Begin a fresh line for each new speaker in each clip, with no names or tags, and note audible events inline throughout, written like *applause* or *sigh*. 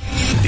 The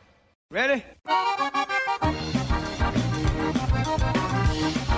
Ready?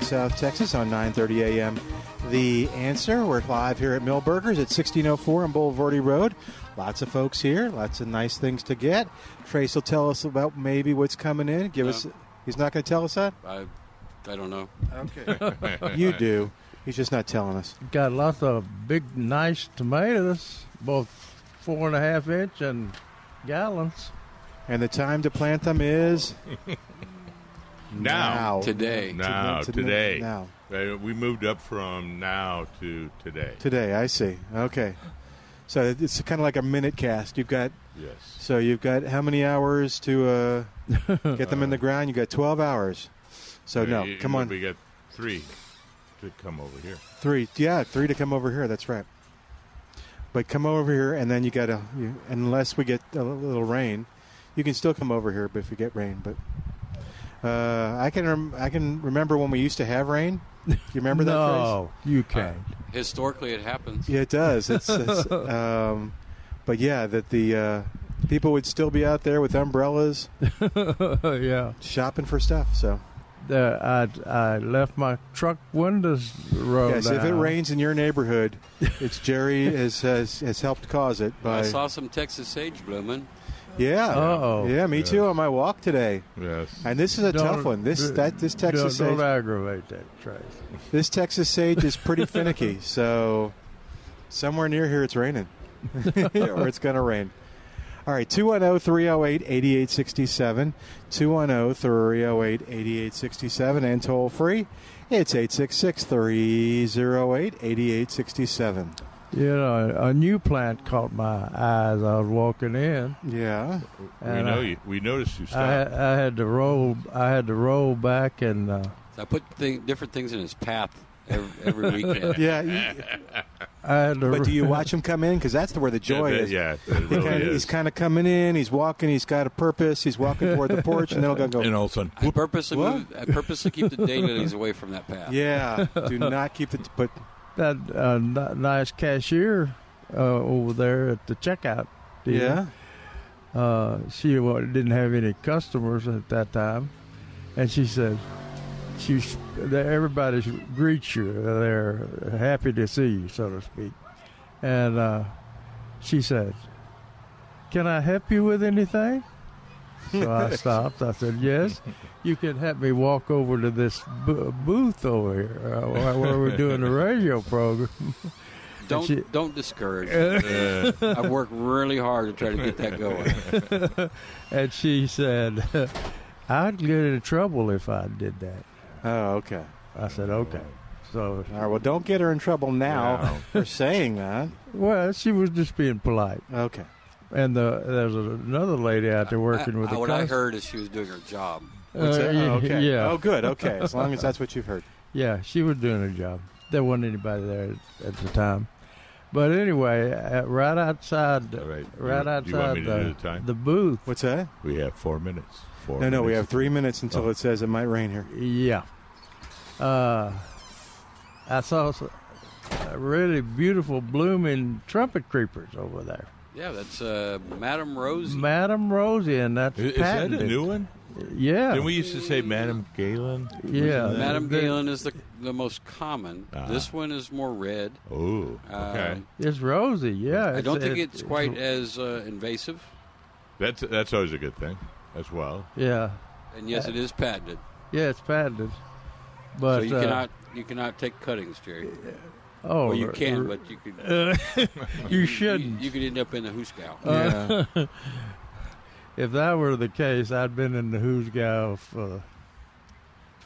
South Texas on 9:30 a.m. The answer. We're live here at Millburgers at 1604 on Boulevardy Road. Lots of folks here. Lots of nice things to get. Trace will tell us about maybe what's coming in. Give us. He's not going to tell us that.
I, I don't know.
*laughs*
Okay. you do. He's just not telling us.
Got lots of big, nice tomatoes, both four and a half inch and gallons.
And the time to plant them is
Now.
Today.
Now,
Today,
today.
now.
Uh, We moved up from now to today.
today. I see. Okay. So it's kind of like a minute cast. You've got
Yes.
So you've got how many hours to uh, get
*laughs*
them in the ground? You've got 12 hours. So,
Uh,
Oh, no,
y-
come on.
We got three to come over here.
Three. Yeah, three to come over here. That's right. But come over here, and then you got to, you, unless we get a little rain, you can still come over here But if you get rain. But uh, I can rem- I can remember when we used to have rain. You
*laughs*
remember that? phrase?
no, you can't.
Historically, it happens.
Yeah, it does.
*laughs*
It's,
*laughs*
it's um, but yeah, that the uh, people would still be out there with umbrellas
*laughs* yeah.
shopping for stuff. So.
The, I, I left my truck windows rolled
Yes, if it
down.
rains in your neighborhood,
*laughs*
it's Jerry has, has has helped cause it by.
I saw some Texas sage blooming.
yeah,
Uh-oh.
yeah, me too on my walk today.
Yes.
And this is a
Don't-
tough one. This
d-
that this Texas
don't, don't
sage,
aggravate that, Trace.
this Texas sage
*laughs*
is pretty finicky. So somewhere near here, it's raining, *laughs*
*laughs*
or it's going to rain. All right, oh, 210 308 8867. 210 308 8867 and toll free. It's 866 308 8867.
You know, a new plant caught my eye as I was walking in.
Yeah.
we
and uh,
know
I-
you. We
Uh,
noticed you
I, had-
stopped.
I had to roll. I had to roll back and uh,
I put th- different things in his path every, every
*laughs*
weekend.
Yeah, you-
I had to.
but do you
ro-
watch him come in? Because that's where the joy
yeah, that-
is.
Yeah, it
He
really
kinda,
is.
he's kind of coming in. He's walking. He's got a purpose. He's walking toward the porch, and then he'll go.
and all of a sudden,
I purposely,
What?
moved, I purposely keep the daylilies away from that path.
yeah,
*laughs*
do not keep the. But
that uh, n- nice cashier uh, over there at the checkout. deal.
yeah,
Uh, she wa- didn't have any customers at that time, and she said, "She, sh- that everybody sh- greets you. uh, They're happy to see you, so to speak." And uh, she said, "Can I help you with anything?" So
*laughs*
I stopped. I said, "Yes, you can help me walk over to this bo- booth over here uh, where- where we're doing the radio program." *laughs*
*laughs* Don't
She-
don't discourage. *laughs* I work really hard to try to get that going.
*laughs* And she said, *laughs* I'd get in trouble if I did that.
oh okay.
I said, okay. So,
All right. Well, don't get her in trouble now *laughs* for saying that.
well, she was just being polite.
Okay.
And the, there's another lady out there working with
I,
the
what I
cus-
heard is she was doing her job.
Uh,
What's that?
yeah,
Oh, okay.
Yeah,
Oh, good. Okay. As
*laughs*
long as that's what you've heard.
yeah, she was doing her job. There wasn't anybody there at, at the time. But anyway, uh, right outside,
All right. You-
right
do you
outside
want me to do
the,
the time?
booth.
What's that?
we have four minutes. Four
No, no. We
minutes. Oh.
have three minutes until it says it might rain here.
Yeah. Uh, I saw s- uh, really beautiful blooming trumpet creepers over there.
Yeah, that's uh, Madame Rose.
Madam Rosie, and that's
I- Is that
patented.
a new one?
Yeah,
Didn't we used to say Madam Galen?
yeah.
Madame
The-
Galen is the the most common.
Ah.
This one is more red.
Oh, okay.
Um,
It's Rosie. Yeah,
I don't think it's quite as uh, invasive.
that's that's always a good thing. as well.
Yeah.
And yes, it is patented.
Yeah, it's patented. But
so you
uh,
cannot you cannot take cuttings, Jerry.
Oh,
Well, you
r-
can,
r-
but you could
*laughs* you shouldn't. Uh,
You, could end up in the hoosgow.
Yeah.
*laughs* if that were the case, I'd been in the Who's Guy for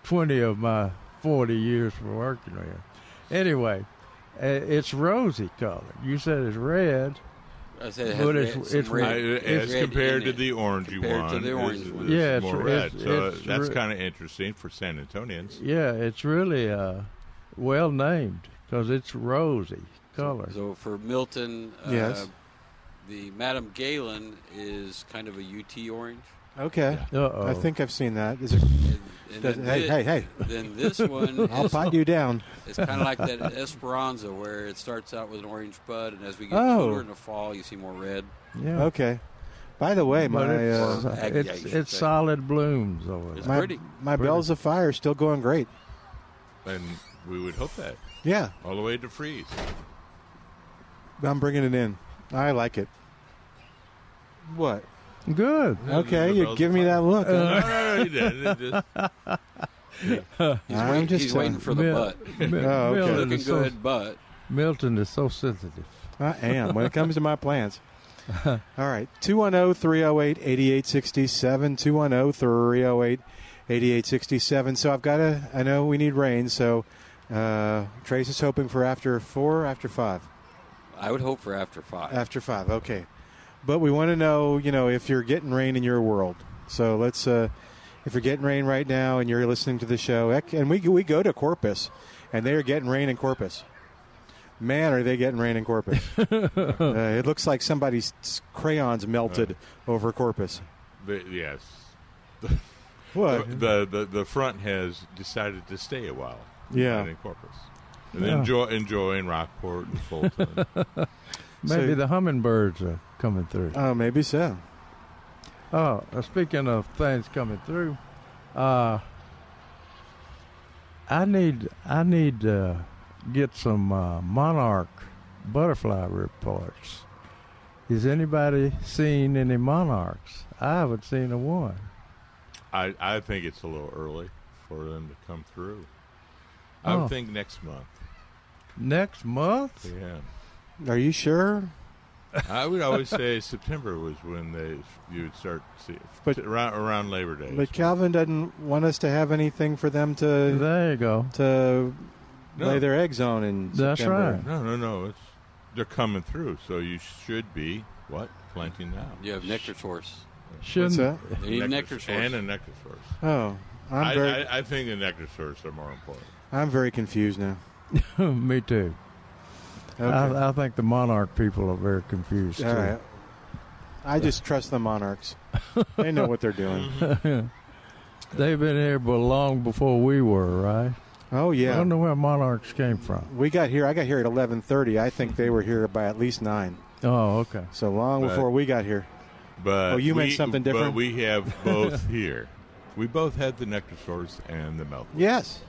twenty of my forty years for working here. Anyway, uh, it's rosy color. You said it's red.
I said it has
but it's-
red, some
it's
red,
I,
it's
as
red
compared
in
to
it.
the orangey
Compared
one,
to the
this
orange
is-
one.
this is
Yeah, it's-
more
it's-
red. so uh,
it's
that's
re-
kind of interesting for San Antonians.
Yeah, it's really uh, well named because it's rosy color.
So for Milton, uh,
Yes.
the Madam Galen is kind of a UT orange.
Okay.
Uh-oh.
I think I've seen that. Is it?
And, and
Does-
then
hey,
thi-
hey, hey.
Then this one
*laughs* I'll
is,
pot you down.
it's kind of
*laughs*
like that Esperanza where it starts out with an orange bud, and as we get
Oh.
cooler in the fall, you see more red.
yeah.
Okay. By the way,
But
my
it's,
uh,
uh,
it's,
Agate,
it's
but-
solid blooms over there.
It's
my
pretty.
my bells of fire is still going great.
And we would hope that.
Yeah,
All the way to freeze.
I'm bringing it in. I like it. What?
Good.
Okay,
the
you
bells
give
of
me
fire.
that look.
no, no, no, you didn't. It just-
He's,
I'm
waiting,
just
he's
telling-
waiting for the
Mil-
butt.
*laughs*
Mi-
Oh, okay.
Milton,
Looking
is so,
good, but
Milton is so sensitive.
I am when it comes to my
*laughs*
plans. All right, oh, 210 308 8867. 210 308 8867. So I've got to, I know we need rain, so uh, Trace is hoping for after four, after five.
I would hope for after
*laughs*
five.
After five, okay. But we want to know, you know, if you're getting rain in your world. So let's, uh, if you're getting rain right now and you're listening to the show, heck, and we we go to Corpus, and they are getting rain in Corpus. Man, are they getting rain in Corpus?
*laughs*
uh, it looks like somebody's crayons melted over Corpus.
the, yes.
*laughs* What?
The, the the front has decided to stay a while.
Yeah.
In Corpus. And
Yeah.
enjoy, enjoying Rockport
*laughs*
and Fulton.
Maybe
So-
the hummingbirds are coming through.
Oh, maybe so.
Oh, uh, speaking of things coming through, uh, I need I need to get some uh, monarch butterfly reports. Has anybody seen any monarchs? I haven't seen a one.
I, I think it's a little early for them to come through. I
Oh.
would think next month.
Next month?
Yeah.
Are you sure?
I would always say September was when they you would start see,
But-
around, around Labor Day.
But Calvin doesn't want us to have anything for them to
There you go.
to
No.
lay their eggs on in
That's
September.
right.
no, no, no. It's they're coming through, so you should be what planting now.
You have nectar source.
What's
Shouldn't
that?
You need nectar source.
and a nectar source.
Oh, I'm
I,
very.
I, I think the nectar source are more important.
I'm very confused now.
*laughs* me too.
Okay.
I, I think the monarch people are very confused too.
All right. I just trust the monarchs. they know what they're doing.
They've been here but long before we were, right?
Oh
I
yeah.
don't know where monarchs came from.
We got here. I got here at 11:30. I think they were here by at least nine.
Oh, okay.
So long
Right.
before we got here.
But
Oh, you meant
we-
something different?
But we have both *laughs* here. We both had the nectar source and the milk.
Yes.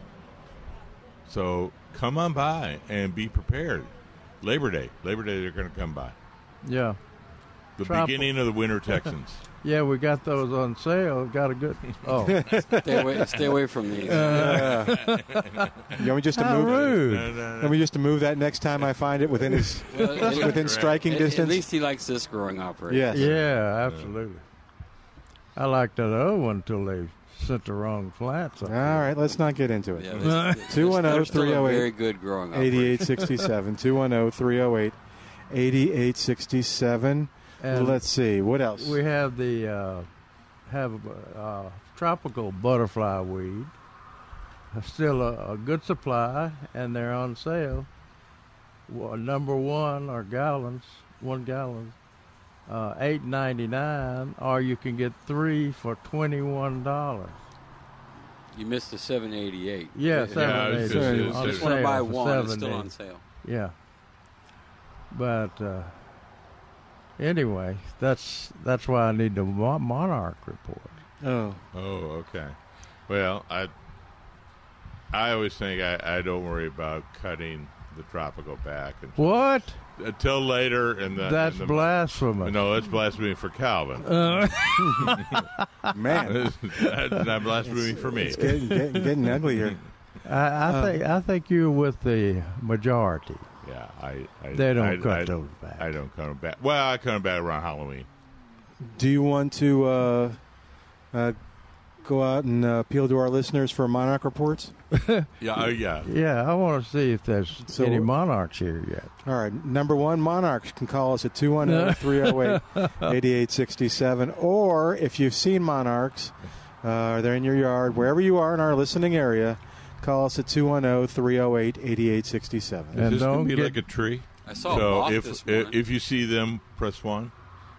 So come on by and be prepared. Labor Day, Labor Day, they're going to come by.
Yeah.
The
Trouble.
beginning of the winter Texans.
Yeah, we got those on sale. Got a good.
*laughs*
Oh, Uh,
Stay away, stay away from these.
You want me just to
How
move?
rude.
No, no, no.
Let me just to move that next time I find it within his
Well, at-
within striking
at, At
distance.
least he likes this growing operation.
yes.
yeah, absolutely. I liked that other one until they sent the wrong flats. Up.
All right. Let's not get into it.
Yeah,
*laughs*
this- this-
oh,
they're still
210-308-8867.
a Very good growing operation. *laughs*
8867 210 308 8867.
And
Let's see. What else?
We have the uh, have uh, tropical butterfly weed. Still a, a good supply, and they're on sale. Well, number one are gallons, one gallon, uh, eight ninety nine, or you can get three for twenty one dollars.
You missed the 788.
Yeah,
Yeah,
I
seven
was
eighty.
just-
on
I
I
It's
just want to
sale
buy
for
one. It's still
70.
on sale.
Yeah. But uh, anyway, that's that's why I need the Mo- Monarch report.
oh.
Oh, okay. Well, I I always think I, I don't worry about cutting the tropical pack and,
What?
until later. And the,
That's Uh.
and the-
blasphemous. *laughs*
No, that's blasphemy for Calvin.
*laughs* Man,
*laughs* that's not blasphemy for me.
getting, getting, getting ugly here.
I, I think I think you're with the majority.
*laughs* Yeah, I. I
They don't
I,
cut
I-
those back.
I don't cut them back. Well, I cut them back around Halloween.
Do you want to uh, uh, go out and uh, appeal to our listeners for Monarch reports?
*laughs* Yeah, oh, yeah.
Yeah, I want to see if there's
So-
any monarchs here yet.
All right. Number one, Monarchs can
*laughs*
call us at 210 308 8867. Or if you've seen Monarchs, uh, or they're in your yard, wherever you are in our listening area, call us at 210 308 8867.
And
Is this
don't
gonna be
get-
like a tree?
I saw a
So
moth
if
this
if,
morning.
if you see them, press one,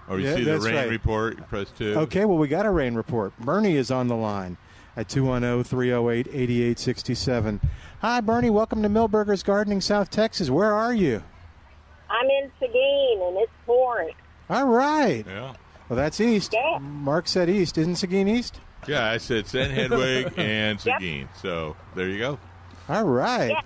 or you
Yeah,
see the
that's
rain
right.
report, you press two.
Okay, well, we got a rain report. Bernie is on the line at 210 308 8867. Hi, Bernie. Welcome to Millburgers Gardening, South Texas. Where are you?
I'm in Seguin, and it's pouring.
All right.
Yeah.
Well, that's east.
Yeah.
Mark said east. Isn't Seguin east?
Yeah, I said San Hedwig and Seguin. So there you go.
All right.
Yeah.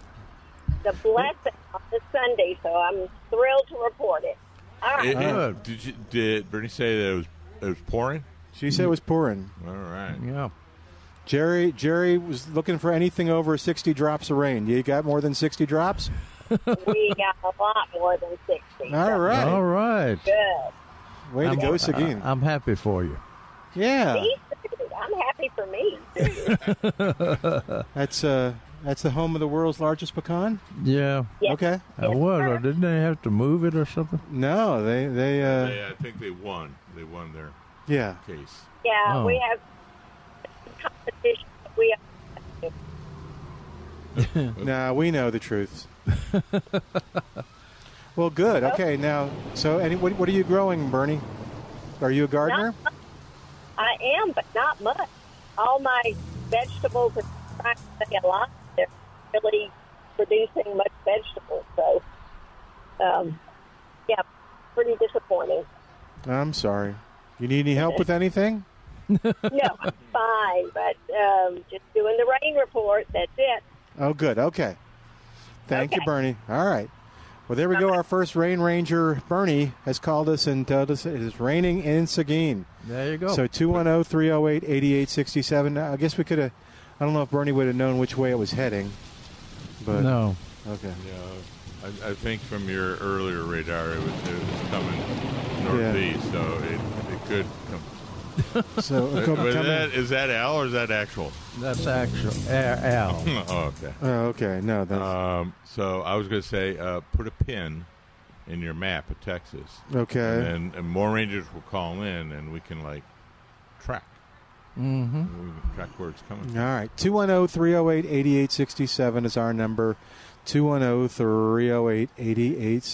The blessing on the Sunday, so I'm thrilled to report it. All right.
It- it-
Ah.
Good.
did you, did Bernie say that it was it was pouring?
She said it was pouring.
All right.
Yeah.
Jerry Jerry was looking for anything over 60 drops of rain. You got more than 60 drops?
we got a lot more than 60. so
All right.
All right.
Good.
Way to go, Seguin.
I'm happy for you. *laughs*
yeah.
Me too. I'm happy for me.
That's uh that's the home of the world's largest pecan?
Yeah.
Yes.
*laughs*
Okay.
I was. Or didn't they have to move it or something?
No, they they uh
I think they won. They won their
yeah.
case.
Yeah,
Oh.
we have competition. We have
Nah, we know the truth. well, good. Okay, now so any what, what are you growing, Bernie? Are you a gardener?
I am, but not much. All my vegetables are trying to stay alive. They're really producing much vegetables, so um, yeah, pretty disappointing.
I'm sorry. You need any help
*laughs*
with anything?
No, I'm fine, but um, just doing the rain report. That's it.
Oh, good. Okay. Thank you,
Okay.
Bernie. All right. Well, there we go. Our first rain ranger, Bernie, has called us and told us it is raining in Seguin.
There you go.
So oh, 210 308 8867. I guess we could have, I don't know if Bernie would have known which way it was heading. But,
no.
Okay.
Yeah, I, I think from your earlier radar, it was, it was coming northeast, so it, it could come.
So,
Uh,
come-
was
come
that,
in.
is that Al or is that actual?
That's actual. Al.
*laughs* oh, okay.
Oh, okay. No, that's.
Um, so I was going to say, uh, put a pin in your map of Texas, and,
okay.
then- and more rangers will call in, and we can like track. Mm-hmm. We can track where it's coming.
All right. oh, 210 308 8867 is our number. oh, 210 308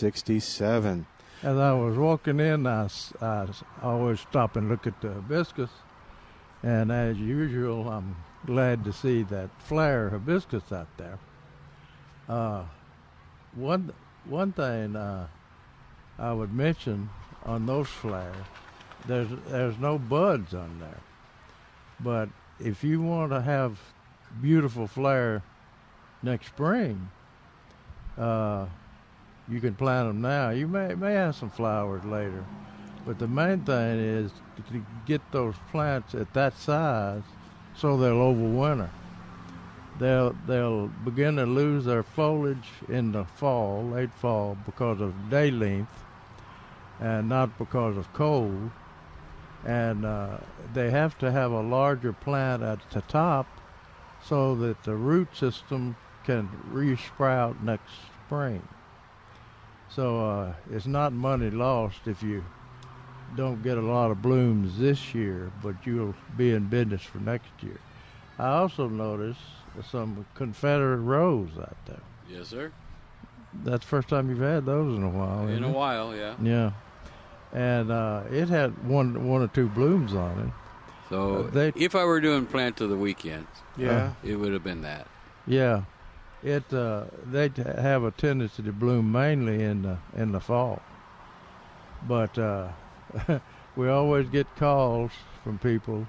8867.
As I was walking in, I, s- I s- always stop and look at the hibiscus. And as usual, I'm glad to see that flare hibiscus out there. Uh, one, one thing uh, I would mention on those flares, there's, there's no buds on there. But if you want to have beautiful flare next spring, uh, you can plant them now. You may may have some flowers later, but the main thing is to get those plants at that size so they'll overwinter. They'll they'll begin to lose their foliage in the fall, late fall, because of day length, and not because of cold. And uh, they have to have a larger plant at the top so that the root system can resprout next spring. So uh, it's not money lost if you don't get a lot of blooms this year, but you'll be in business for next year. I also noticed some Confederate rose out there.
Yes, sir.
That's the first time you've had those in a while.
In
isn't
a
it?
while, yeah.
Yeah. And uh, it had one one or two blooms on it.
So
Uh, they-
if I were doing plant of the weekend,
Yeah.
it would have been that.
Yeah. It uh, they t- have a tendency to bloom mainly in the in the fall. But uh, *laughs* we always get calls from people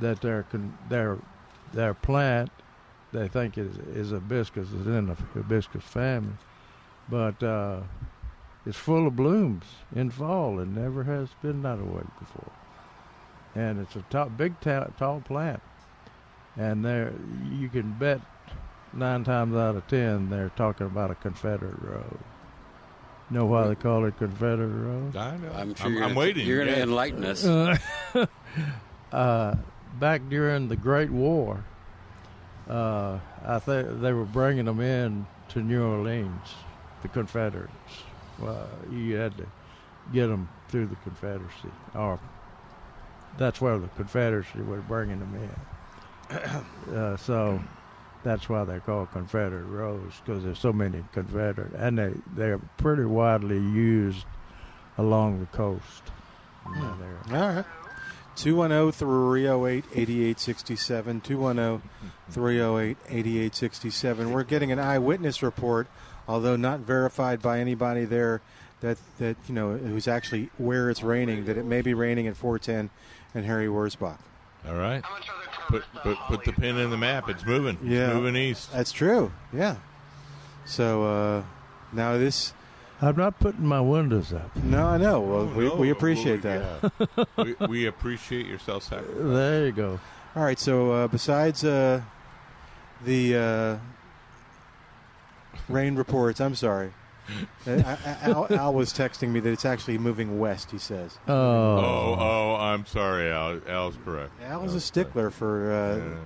that their con- their their plant they think is, is hibiscus is in the hibiscus family, but uh, it's full of blooms in fall and never has been that way before. And it's a tall, big, ta- tall plant, and there you can bet nine times out of ten they're talking about a Confederate road. Know why they call it Confederate road?
I know.
I'm
I'm,
sure you're,
I'm
gonna-
waiting.
You're going to
yes.
enlighten us.
*laughs* uh, back during the Great War, uh, I think they were bringing them in to New Orleans, the Confederates. Well, you had to get them through the Confederacy, or that's where the Confederacy was bringing them in. *coughs* uh, so that's why they're called Confederate roads because there's so many Confederate, and they they're pretty widely used along the coast. in that area.
Hmm. All right. oh, 210 308 8867. 210 308 8867. We're getting an eyewitness report, although not verified by anybody there that, that you know, who's actually where it's raining, that it may be raining at 410 and Harry Wurzbach.
All right. Put, put put the pin in the map. It's moving.
Yeah.
It's moving east.
That's true. Yeah. So uh, now this.
I'm not putting my windows up.
No, I know. Well, we,
Oh, No,
we appreciate
well,
that.
oh, yeah. we, we appreciate your self sacrifice.
There you go.
All right. So uh, besides uh, the uh, rain reports, I'm sorry. Uh, I- I- Al, Al was texting me that it's actually moving west. He says
*laughs* Oh,
Oh, oh, I'm sorry, Al. Al's correct.
Al is a stickler for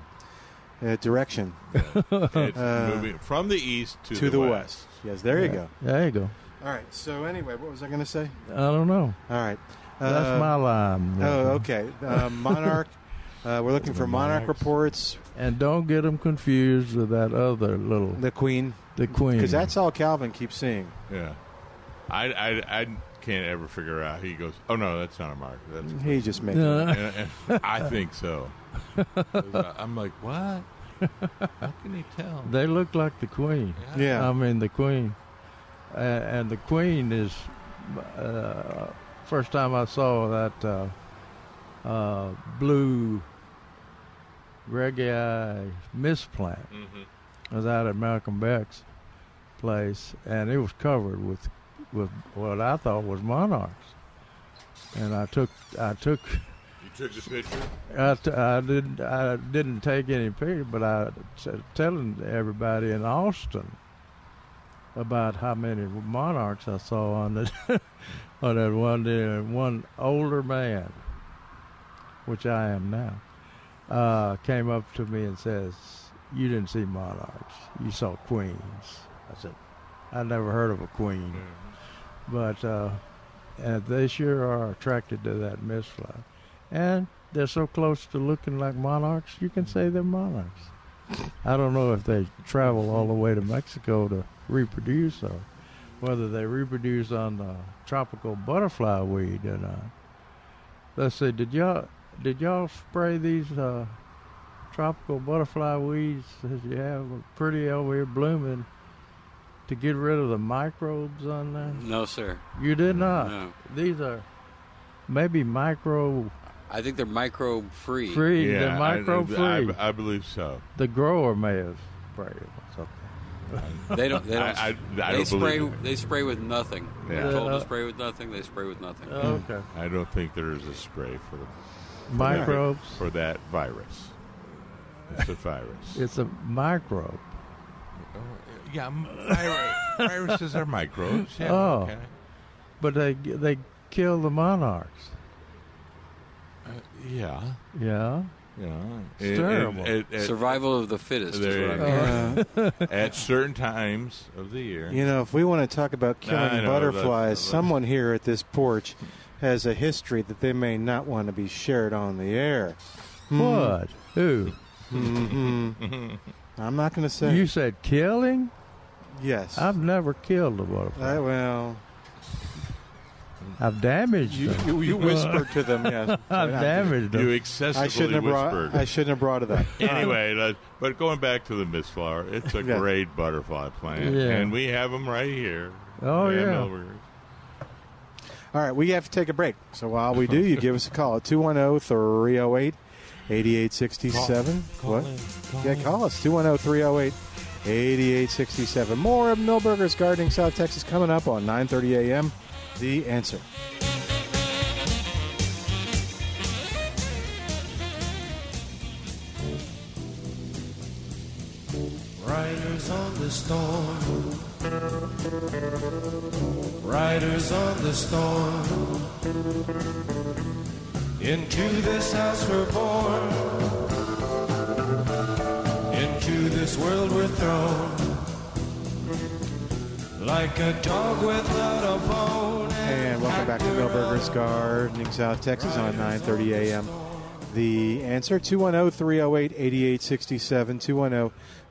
uh, uh, direction
*laughs* It's
Uh,
moving from the east to,
to, the, west. Yes, there you go.
there you go.
All right. So anyway, what was I going to say?
I don't know.
All right.
That's
Uh,
my line.
Oh,
Milton.
okay.
*laughs*
Uh, Monarch. Uh, we're looking for Monarch reports.
And don't get them confused with that other little
The Queen,
the queen.
because that's all Calvin keeps seeing.
Yeah. I, I, I can't ever figure out. He goes, oh, no, that's not a mark. That's
He just makes.
Uh,
and, and I think so. *laughs* I'm like, what? How can he tell?
they look like the queen.
Yeah.
I mean the queen, uh, and the queen is uh, first time I saw that uh, uh, blue reggae mist plant.
Mm-hmm.
I was out at Malcolm Beck's place, and it was covered with with what I thought was monarchs. And I took I took *laughs*
You took the picture?
I, t- I didn't I didn't take any picture, but I t- telling everybody in Austin about how many monarchs I saw on that *laughs* on that one day, and one older man, which I am now, uh, came up to me and says, "You didn't see monarchs, you saw queens." I said, "I never heard of a queen, but uh, and they sure are attracted to that mist fly." and they're so close to looking like monarchs, you can say they're monarchs. I don't know if they travel all the way to Mexico to reproduce or whether they reproduce on the tropical butterfly weed or not. Let's see, did y'all did y'all spray these uh, tropical butterfly weeds that you have pretty over here blooming to get rid of the microbes on there?
no, sir.
You did not.
No.
These are maybe micro
I think they're microbe free.
free, the micro
I,
free.
I, I believe so.
The grower may have sprayed it or something.
They don't. They don't.
I- I- I
they
don't
spray.
believe it.
They spray with nothing.
Yeah.
They're told
Uh,
to spray with nothing. They spray with nothing.
Oh, Okay.
I don't think there is a spray for the
Microbes.
for that virus. It's
*laughs*
a virus.
It's a microbe.
yeah, m- vir- viruses are microbes. Yeah,
Oh.
okay.
But they they kill the monarchs.
Uh, Yeah,
Yeah.
yeah.
It's terrible.
at,
Survival of the fittest. Is
There
what I
you
mean.
Uh,
at certain times of the year.
You know, if we want to talk about killing
I know,
butterflies,
that's-
someone here at this porch has a history that they may not want to be shared on the air. Hmm. Mm-hmm.
What? Who?
*laughs* I'm not going to say
You said killing?
yes.
I've never killed a butterfly.
I, well,
I've damaged
you,
them.
you, you whispered
*laughs*
to them. Yes,
I've damaged
You
them.
excessively
I shouldn't have
whispered.
brought. *laughs* I shouldn't have brought it up.
*laughs* anyway, that- but going back to the mist flower, it's a
*laughs* Yeah.
great butterfly plant,
Yeah.
and we have them right here.
Oh,
in
yeah.
Millburgers.
oh, All right, we have to take a break. So while we do, you give us a call at 210 308 8867.
Call
What?
in, call
yeah,
in.
call us oh, 210 308 8867. More of Millburgers Gardening South Texas coming up on 9:30 a.m. The answer.
Riders on the storm. Riders on the storm. Into this house we're born. Into this world we're thrown. Like a dog without a bone.
And welcome back to Millburgers Gardening South Texas on 9:30 a.m. The answer oh, 210-308-8867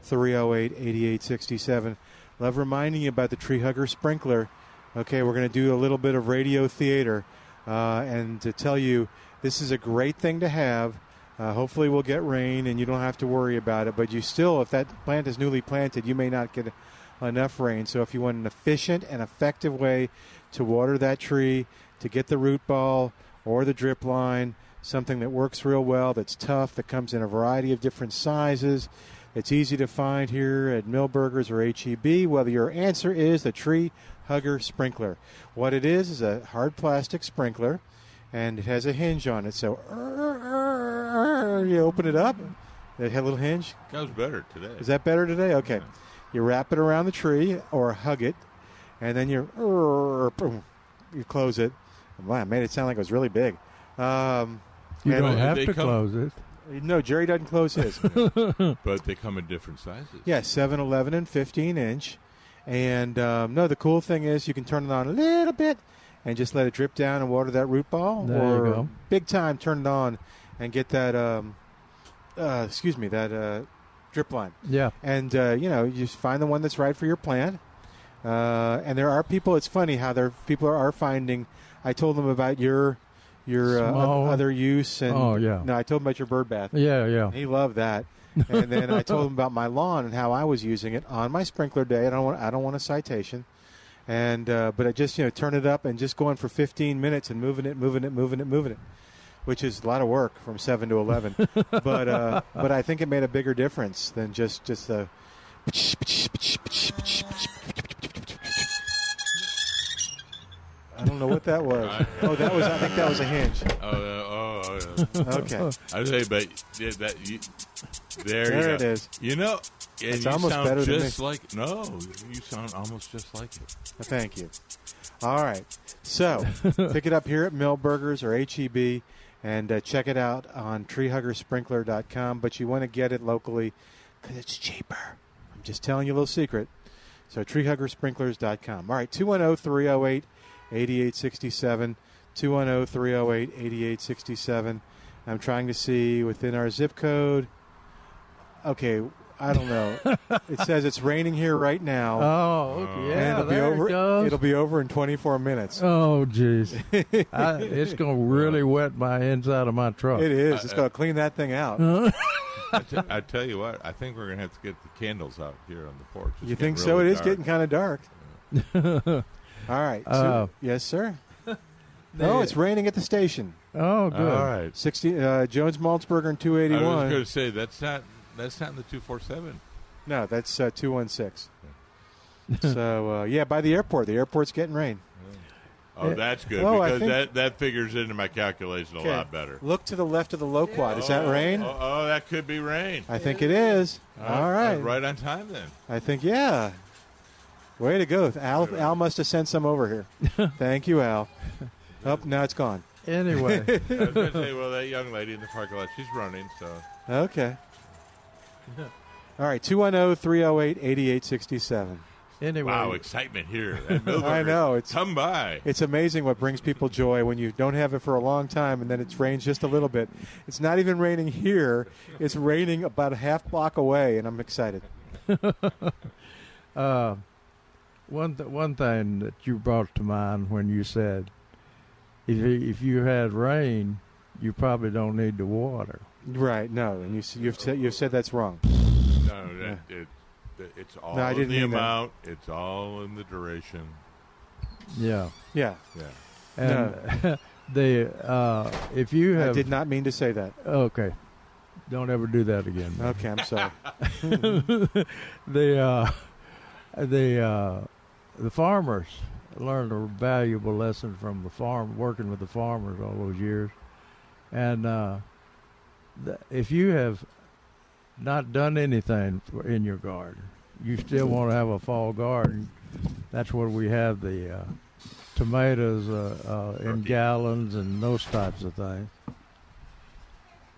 210-308-8867. Love reminding you about the tree hugger sprinkler. Okay, we're going to do a little bit of radio theater uh, and to tell you this is a great thing to have. Uh, hopefully we'll get rain and you don't have to worry about it, but you still if that plant is newly planted, you may not get enough rain. So if you want an efficient and effective way to water that tree, to get the root ball or the drip line, something that works real well, that's tough, that comes in a variety of different sizes. It's easy to find here at Millburgers or HEB. Whether your answer is the tree hugger sprinkler, what it is is a hard plastic sprinkler, and it has a hinge on it. So you open it up, it had a little hinge,
That was better today.
is that better today? Okay. You wrap it around the tree or hug it, and then you you close it. Wow, I made it sound like it was really big. Um,
You
and-
don't have
they
to
come-
close it.
No, Jerry doesn't close his.
*laughs* but they come in different sizes.
yeah, 7, 11, and 15 inch. And um, no, the cool thing is you can turn it on a little bit and just let it drip down and water that root ball.
There you
or
go.
big time, turn it on and get that, um, uh, excuse me, that uh, drip line.
Yeah.
and uh, you know you just find the one that's right for your plant. Uh, and there are people. It's funny how there people are, are finding. I told them about your your uh,
Small-
other use, and
Oh, yeah.
no, I told them about your bird bath.
Yeah, yeah.
He loved that. And then I told him about my lawn and how I was using it on my sprinkler day. I don't want I don't want a citation, and uh, but I just you know turn it up and just going for 15 minutes and moving it, moving it, moving it, moving it, which is a lot of work from seven to 11. but uh, but I think it made a bigger difference than just just the. I don't know what that
*laughs*
was. Oh, that was I think that was a hinge.
Oh, uh, oh, oh, yeah.
Okay.
I say, but yeah, that you, there, you
There it
go.
is.
You know, and
It's
you
almost
sound
better than
just
me.
like no, you sound almost just like it.
Thank you. All right. So pick it up here at Millburgers or HEB and uh, check it out on treehuggersprinkler.com. But you want to get it locally because it's cheaper. I'm just telling you a little secret. So treehuggersprinklers.com. All right. oh, 210 308 8867. 210 308 8867. I'm trying to see within our zip code. Okay. I don't know.
*laughs*
it says it's raining here right now.
Oh,
Uh,
okay. yeah.
And it'll be
there
over.
It goes.
will be over in 24 minutes.
oh, jeez. I- it's going to really wet my inside of my truck.
It is.
Uh,
It's going to clean that thing out. *laughs*
I te- I tell you what, I think we're gonna have to get the candles out here on the porch. It's
you
getting
think so? It
really
is
dark.
getting kind of
*laughs*
dark. All right. So-
Uh, *laughs*
yes, sir. oh, it's raining at the station.
Oh, good.
All right.
60 uh, Jones Maltzberger and
I was
281.
going to say that's not that's not in the two four seven.
No, that's uh, 216. so uh, yeah, by the airport. The airport's getting rain.
Oh, that's good
well, I
because
think-
that that figures into my calculation a lot
Okay.
better.
Look to the left of the loquat. Is that rain?
Oh, oh, that could be rain. Uh,
I think it is. All right.
right on time then.
I think yeah. Way to go, Al! Al must have sent some over here. Thank you, Al. Up now it's gone.
Anyway,
*laughs* I was going to say, well, that young lady in the parking lot, she's running, so
*laughs* Okay. All right, 210-308-8867.
anyway.
wow, excitement here. at
*laughs*
Millburgers.
I know, it's-
come by.
It's amazing what brings people joy when you don't have it for a long time and then it rains just a little bit. It's not even raining here. It's raining about a half block away and I'm excited.
Uh, one th- one thing that you brought to mind when you said, if you, if you had rain, you probably don't need the water.
Right. No, and you s- you've said you've said that's wrong.
No, that, it, that- it's all
No, I
in
didn't
the
mean that.
amount. It's all in the duration.
Yeah,
Yeah.
Yeah.
*laughs* and the uh, if you
I
have
did not mean to say that.
okay, Don't ever do that again. man.
Okay, I'm
*laughs*
sorry.
the uh, the uh, the farmers learned a valuable lesson from the farm working with the farmers all those years, and uh, th- if you have not done anything for, in your garden, you still want to have a fall garden. That's where we have the uh, tomatoes uh, uh, in gallons and those types of things.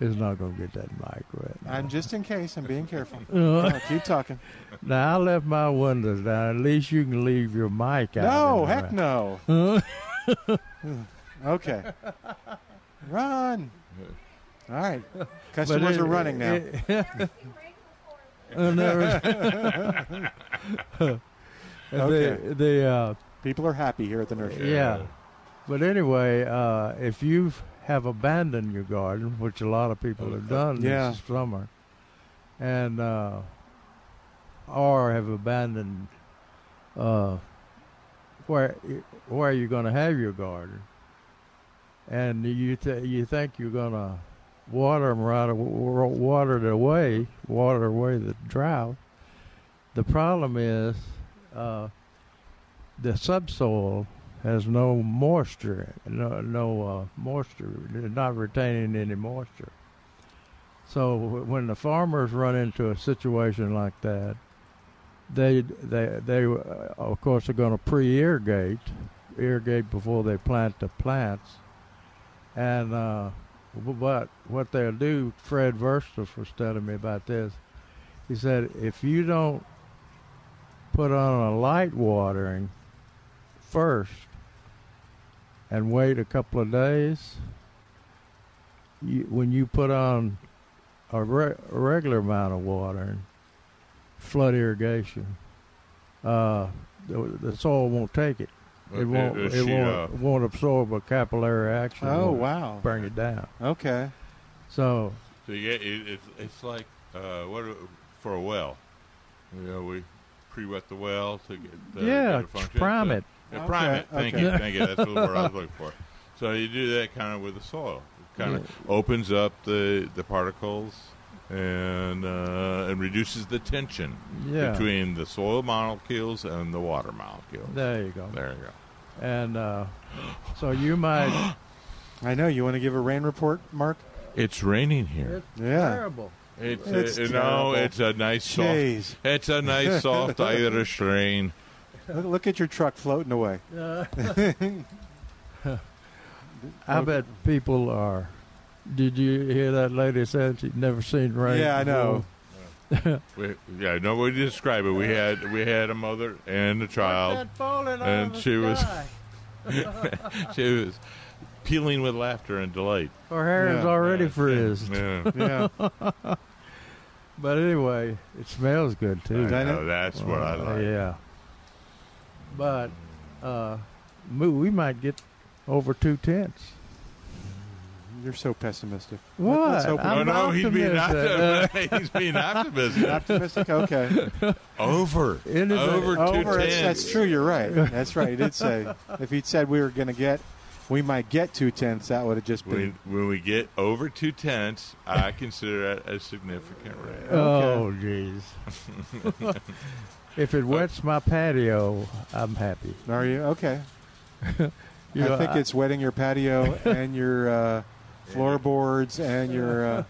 It's not going to get that mic right.
I'm just in case. I'm being careful. *laughs*
Uh. *laughs*
Come on, keep talking.
Now I left my windows down. At least you can leave your mic out.
No,
in
heck
there.
no.
*laughs*
Okay. Run. All right. Customers
it-
are running now. *laughs*
it- Oh,
*laughs*
no.
Okay.
The, the uh,
People are happy here at the nursery.
yeah. But anyway, uh, if you have abandoned your garden, which a lot of people have done
Yeah.
this summer, and uh, or have abandoned uh, where where you're going to have your garden, and you th- you think you're going to water them right aw- wa- water it away, water away the drought. The problem is. Uh, the subsoil has no moisture, no, no uh, moisture, not retaining any moisture. So wh- when the farmers run into a situation like that, they they they uh, of course are going to pre-irrigate, irrigate before they plant the plants, and uh, w- but what they'll do, Fred Verstus was telling me about this. He said if you don't put on a light watering first and wait a couple of days. You, when you put on a, re- a regular amount of watering, flood irrigation, uh, the, the soil won't take it. It
It-
won't.
it'll
It,
sheet
won't,
off.
won't absorb a capillary action. It
Oh,
won't
wow.
Bring it down.
Okay.
So
So yeah, it, it's it's like uh, what do- for a well. You know, we pre-wet the well to get the,
Yeah,
get it function.
prime
So-
it.
Yeah, prime
Okay,
it. Thank
okay.
you, thank you. That's what word I
*laughs*
was looking for. So you do that kind of with the soil. It kind of opens up the the particles and uh, and reduces the tension
Yeah.
between the soil molecules and the water molecules.
there you go.
There you go.
And uh, so you might.
*gasps* I know. You want to give a rain report, Mark?
It's raining here.
Yeah.
Terrible.
It's,
It's
uh, no,
terrible.
it's a nice soft.
Jeez.
It's
*laughs*
a nice soft Irish rain.
Look, look at your truck floating
*laughs*
away.
I bet people are. Did you hear that lady said she'd never seen rain?
yeah, I know.
before?
We, yeah, no way to describe it. We had we had a mother and a child. and she was- *laughs* She was peeling with laughter and delight.
*laughs* Her hair is
Yeah.
already
Yeah,
frizzed.
Yeah.
*laughs*
Yeah.
But anyway, it smells good
I
too.
know, that's what I
Uh,
like.
Yeah. But uh, mo- we might get over two tenths.
*laughs* You're so pessimistic.
What?
Let's hope
I'm
oh, no, he's being,
optimistic.
optimistic. *laughs* he's being
we're
optimistic.
optimistic. Okay.
*laughs* Over.
Anything-
Over two
Over. That's,
tenths.
that's true.
*laughs*
You're right. That's right. He did say if he'd said we were going to get, we might get two tenths. That would have just been.
When, when we get over two tenths, I consider that a significant rain.
Oh, jeez. if it wets my patio, I'm happy.
Are you okay?
*laughs* You know,
I think it's wetting
*laughs*
your patio and your uh, floorboards and your. Uh,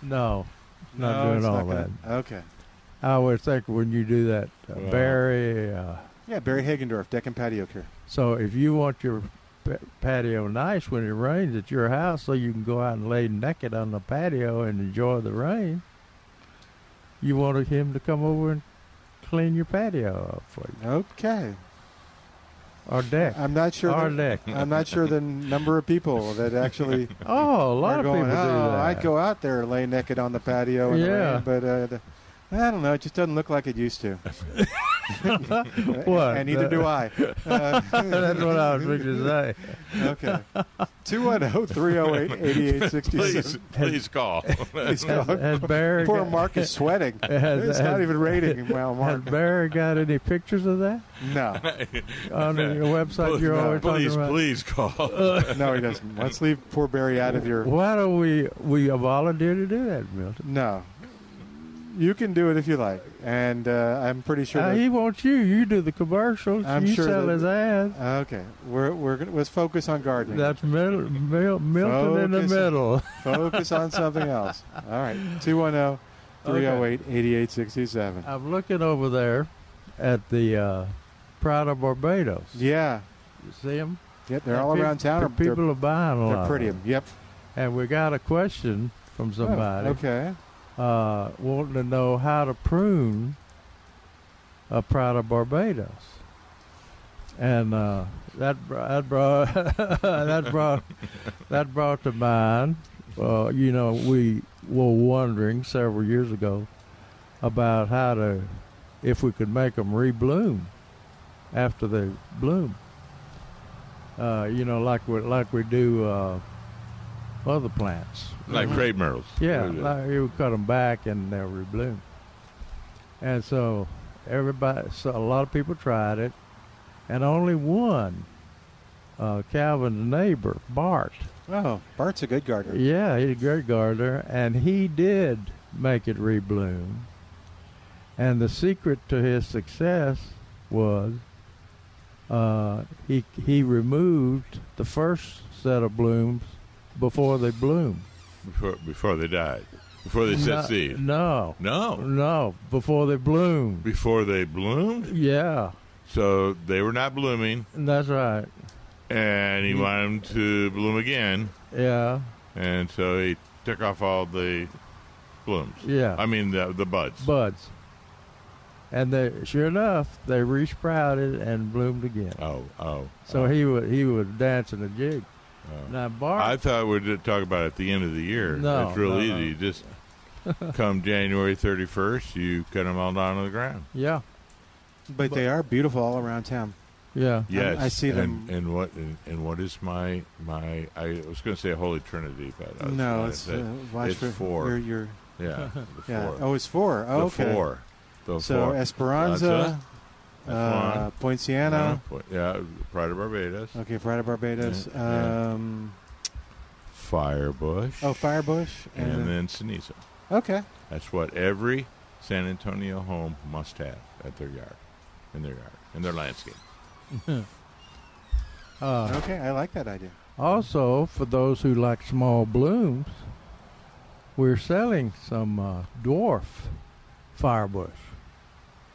no,
no,
not doing
it's
all that.
gonna- Okay.
Oh, I always think when you do that, uh,
Well-
Barry. Uh,
Yeah, Barry Hagendorf, deck and patio care.
so if you want your pa- patio nice when it rains at your house, so you can go out and lay naked on the patio and enjoy the rain, you wanted him to come over and clean your patio up for you
Okay.
or deck.
I'm not sure.
Our
the-
deck.
I'm not
*laughs*
sure the number of people that actually
oh, a lot
are
of
going.
people do
Oh,
that.
I'd go out there and lay naked on the patio in the
Yeah. *laughs*
rain, but uh, the, I don't know. It just doesn't look like it used to.
what?
And neither do I.
*laughs*
Uh,
That's what I was fixing to say.
Okay. oh, 210 308
Please,
8867. *laughs*
please call.
He's
Has,
got-
has Barry
*laughs* Poor
got,
Mark is sweating.
*laughs* Has-
it's not
has-
even rating. Well,
Has
Mark,
Barry got any pictures of that
no,
on your website? You're always
please,
talking about.
please
*laughs*
call.
no, he doesn't. Let's leave poor Barry out of your.
Why don't we we volunteer to do that, Milton?
No, you can do it if you like, and uh, I'm pretty sure.
Uh,
that-
he wants you. You do the commercials.
I'm
you
sure
sell
that-
his ads.
okay, we're we're gonna, let's focus on gardening.
That's Mil- Mil- Milton in the
Focus.
middle.
*laughs* Focus on something else. All right, oh, 210 308 8867.
I'm looking over there at the uh, Pride of Barbados.
Yeah,
You see them?
yep, they're all around town. They're,
People are buying a
they're
lot. of
pretty.
'em.
Yep.
And we got a question from
Oh,
somebody
okay.
uh, wanting to know how to prune a Pride of Barbados. And uh, that br- that brought *laughs* that brought that brought to mind. Uh, you know, we were wondering several years ago about how to if we could make them rebloom after they bloom. Uh, you know, like we like we do uh, other plants. Mm-hmm.
like crepe myrtles.
Yeah, like you cut them back and they'll rebloom. And so everybody, so a lot of people tried it, and only one, uh, Calvin's neighbor, Bart.
Oh, Bart's a good gardener.
Yeah, he's a great gardener, and he did make it rebloom. And the secret to his success was uh, he he removed the first set of blooms before they bloom.
*laughs* before, before they died, before they
No-
set seed.
No,
No,
No, before they bloom.
before they bloomed.
Yeah,
So they were not blooming,
that's right.
and he wanted them to bloom again,
Yeah,
and so he took off all the blooms.
yeah.
I mean the the buds.
buds. And they, sure enough, they resprouted and bloomed again.
oh, oh.
So
oh.
he was he was dancing a jig. Now Bart,
I thought we'd just talk about it at the end of the year.
No,
it's real
no, no.
easy.
*laughs*
You Just come January thirty first, you cut them all down on the ground.
yeah,
But they are beautiful all around town.
yeah,
Yes,
I see them-
And, and what and, and what is my my? I was going to say Holy Trinity, but I was
No,
gonna
it's,
say-
uh, watch
it's
for,
four.
You're, you're,
*laughs*
*laughs*
yeah, the
yeah.
four.
Oh, it's four. Oh,
the
okay.
four. The
So
four.
Esperanza, uh,
That's
Poinciana.
yeah, Pride of Barbados,
Okay, Pride of Barbados.
Yeah, yeah.
Um,
Firebush,
oh, Firebush.
and then Ceniza.
*laughs*
okay.
That's what every San Antonio home must have at their yard, in their yard, in their landscape. Uh-huh.
Uh,
Okay, I like that idea.
also, for those who like small blooms, we're selling some uh, dwarf firebush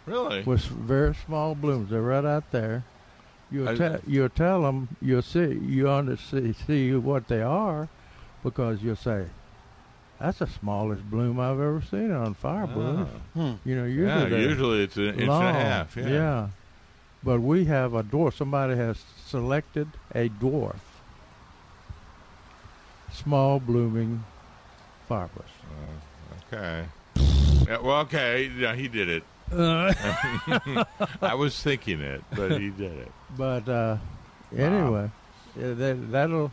Really?
with s- very small blooms. They're right out there. You'll
I-
tell you'll tell them you'll see you under see, see what they are, because you'll say, "That's the smallest bloom I've ever seen on firebush."
Ah.
You know, usually
yeah,
they're
usually it's an inch
long.
and a half. Yeah.
but we have a dwarf. Somebody has selected a dwarf, small blooming firebush.
Uh, Okay. Yeah, well, okay. Yeah, he did it.
Uh.
*laughs* I was thinking it, but he did it.
But uh, anyway, yeah, that, that'll.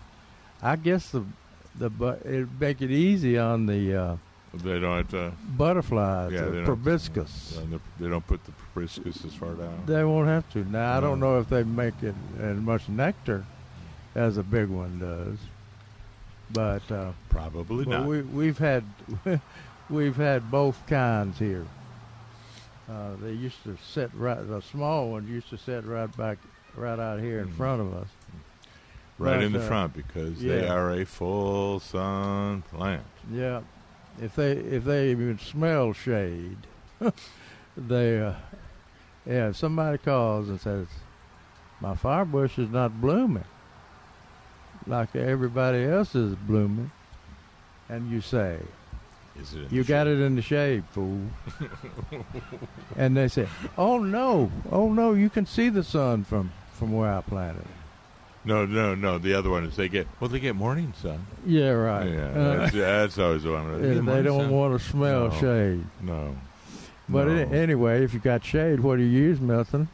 I guess the the but it make it easy on the uh,
They don't have to.
butterflies,
Yeah,
Uh, the
they don't-
proboscis.
They don't put the proboscis as far down.
They won't have to. Now I don't
No.
know if they make it as much nectar as a big one does, but. Uh,
Probably
Well,
not.
we, we've had *laughs* we've had both kinds here. Uh, they used to sit right. The small ones used to sit right back, right out here in front of us.
Mm-hmm. right
but,
in the
uh,
front because they
yeah.
are a full sun plant. *laughs*
Yeah, if they if they even smell shade, *laughs* they uh, yeah. If somebody calls and says, "My firebush is not blooming," like everybody else is blooming, and you say,
Is it? in
You
the
got
shade?
it in the shade, fool. and they said, "Oh no, oh no, you can see the sun from from where I planted." it."
No, no, no. The other one is they get well, they get morning sun.
Yeah, right.
Yeah,
Uh,
that's, that's always the one.
yeah,
get
they
morning
don't
sun.
want to smell
No.
shade.
No,
But it, anyway, if you got shade, what do you use, Milton?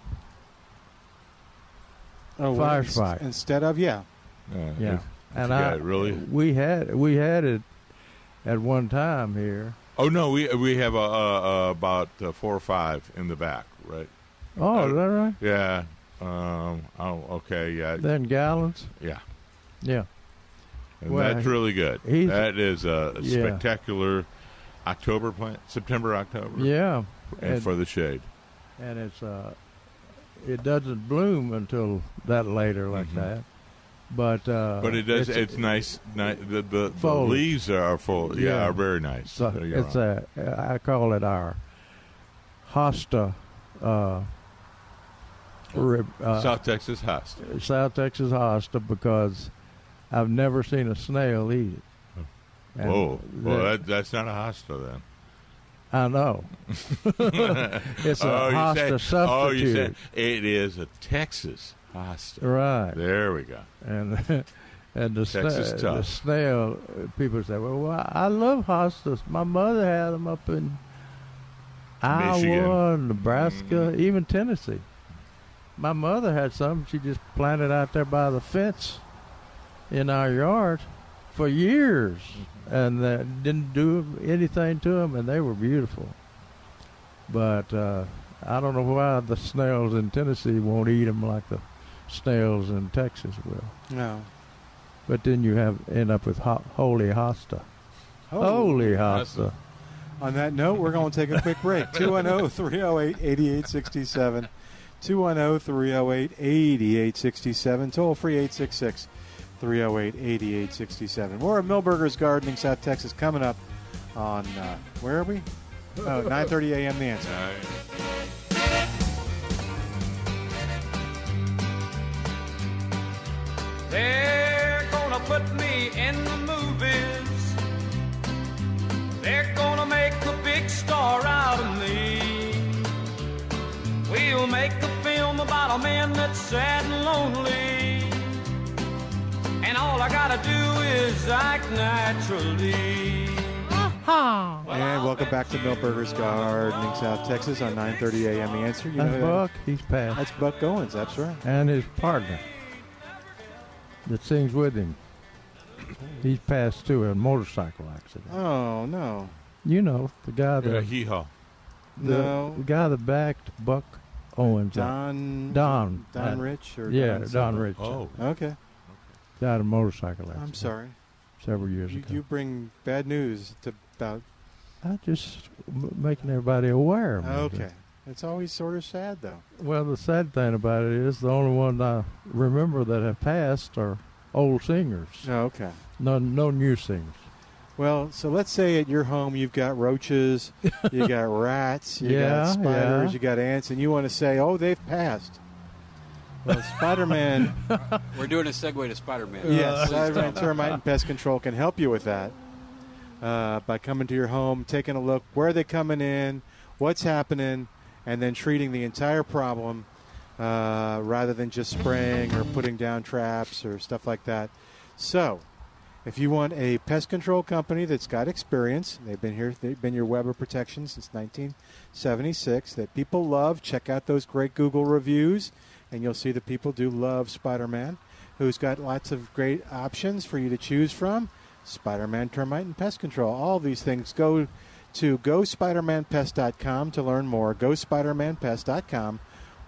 Oh, well,
fire
ins-
spike.
Instead of, yeah.
Yeah.
Yeah,
if- if
and
you
I
got it, really.
we had we had it at one time here.
Oh no, we we have a, uh uh about uh, four or five in the back, right?
Oh, is that right?
Yeah. Um. Oh, okay. Yeah.
Then gallons.
yeah.
Yeah.
And
Well,
that's really good.
he's-
That is a
Yeah.
spectacular October plant, September October.
Yeah.
And,
And-
for the shade.
and it's uh, it doesn't bloom until that later like that. But uh,
Mm-hmm. But it does. It's, nice. Ni- the the, the
Foliage.
leaves are full. Yeah,
Yeah.
are very nice.
So
You're
it's
right.
a I call it our hosta uh, rib, uh,
South Texas house.
South Texas hosta because I've never seen a snail eat it. And
Whoa. Well,
that-
that, that's not a hosta then.
I
*laughs*
know. *laughs* it's a
Oh, you say-
hosta
Oh, you say
substitute,
it is a Texas hosta.
right?
There we go.
and *laughs* and the, sna-
Texas tough.
the snail uh, people say, well, well, I love hostas. My mother had them up in Iowa,
Michigan. Mm-hmm.
Nebraska, even Tennessee. My mother had some. She just planted out there by the fence in our yard for years, and uh, didn't do anything to them, and they were beautiful. But uh, I don't know why the snails in Tennessee won't eat them like the snails in Texas will.
No.
But then you have end up with ho- holy hosta. Holy hosta.
On that note, we're going to take a quick break. oh, 210 308 8867. 210 308 8867. Toll free 866 308 8867. More of Millburgers Gardening South Texas coming up on, uh, where are we? Oh, 9.30 a.m. The answer.
They're gonna put me in the movies. They're gonna make a big star out of me. We'll make a film about a man that's sad and lonely. And all I gotta do is act naturally.
And welcome back to Millburgers Gardening South Texas on 9.30 a.m. The answer. You
That's
who that
Buck.
is?
He's passed.
That's Buck Goins. That's right.
And his partner that sings with him. He's passed too in a motorcycle accident.
Oh, no.
You know, the guy
Yeah,
that
hee haw.
the
no.
guy that backed Buck Owens. up.
Don.
Don.
Don
Uh,
Rich? Or
yeah,
Don,
Don
something?
Rich.
Oh,
Okay.
Died in a motorcycle accident.
I'm sorry.
Several years
You,
ago.
you bring bad news to about.
I just m- making everybody aware. of it.
Okay. It's always sort of sad, though.
Well, the sad thing about it is the only one I remember that have passed are old singers.
Okay.
No, no new singers.
Well, so let's say at your home you've got roaches,
*laughs*
you got rats, you
Yeah,
got
yeah.
spiders, you got ants, and you want to say, oh, they've passed.
*laughs*
Well, Spider Man,
*laughs* We're doing a segue to Spider Man.
yes, Spider Man Termite and Pest Control can help you with that uh, by coming to your home, taking a look where they're coming in, what's happening, and then treating the entire problem uh, rather than just spraying or putting down traps or stuff like that. So, if you want a pest control company that's got experience, they've been here, they've been your Weber protection since 1976, that people love, check out those great Google reviews, and you'll see that people do love Spider Man, who's got lots of great options for you to choose from. Spider Man Termite and Pest Control, all these things. Go to gospidermanpest.com to learn more. Gospidermanpest.com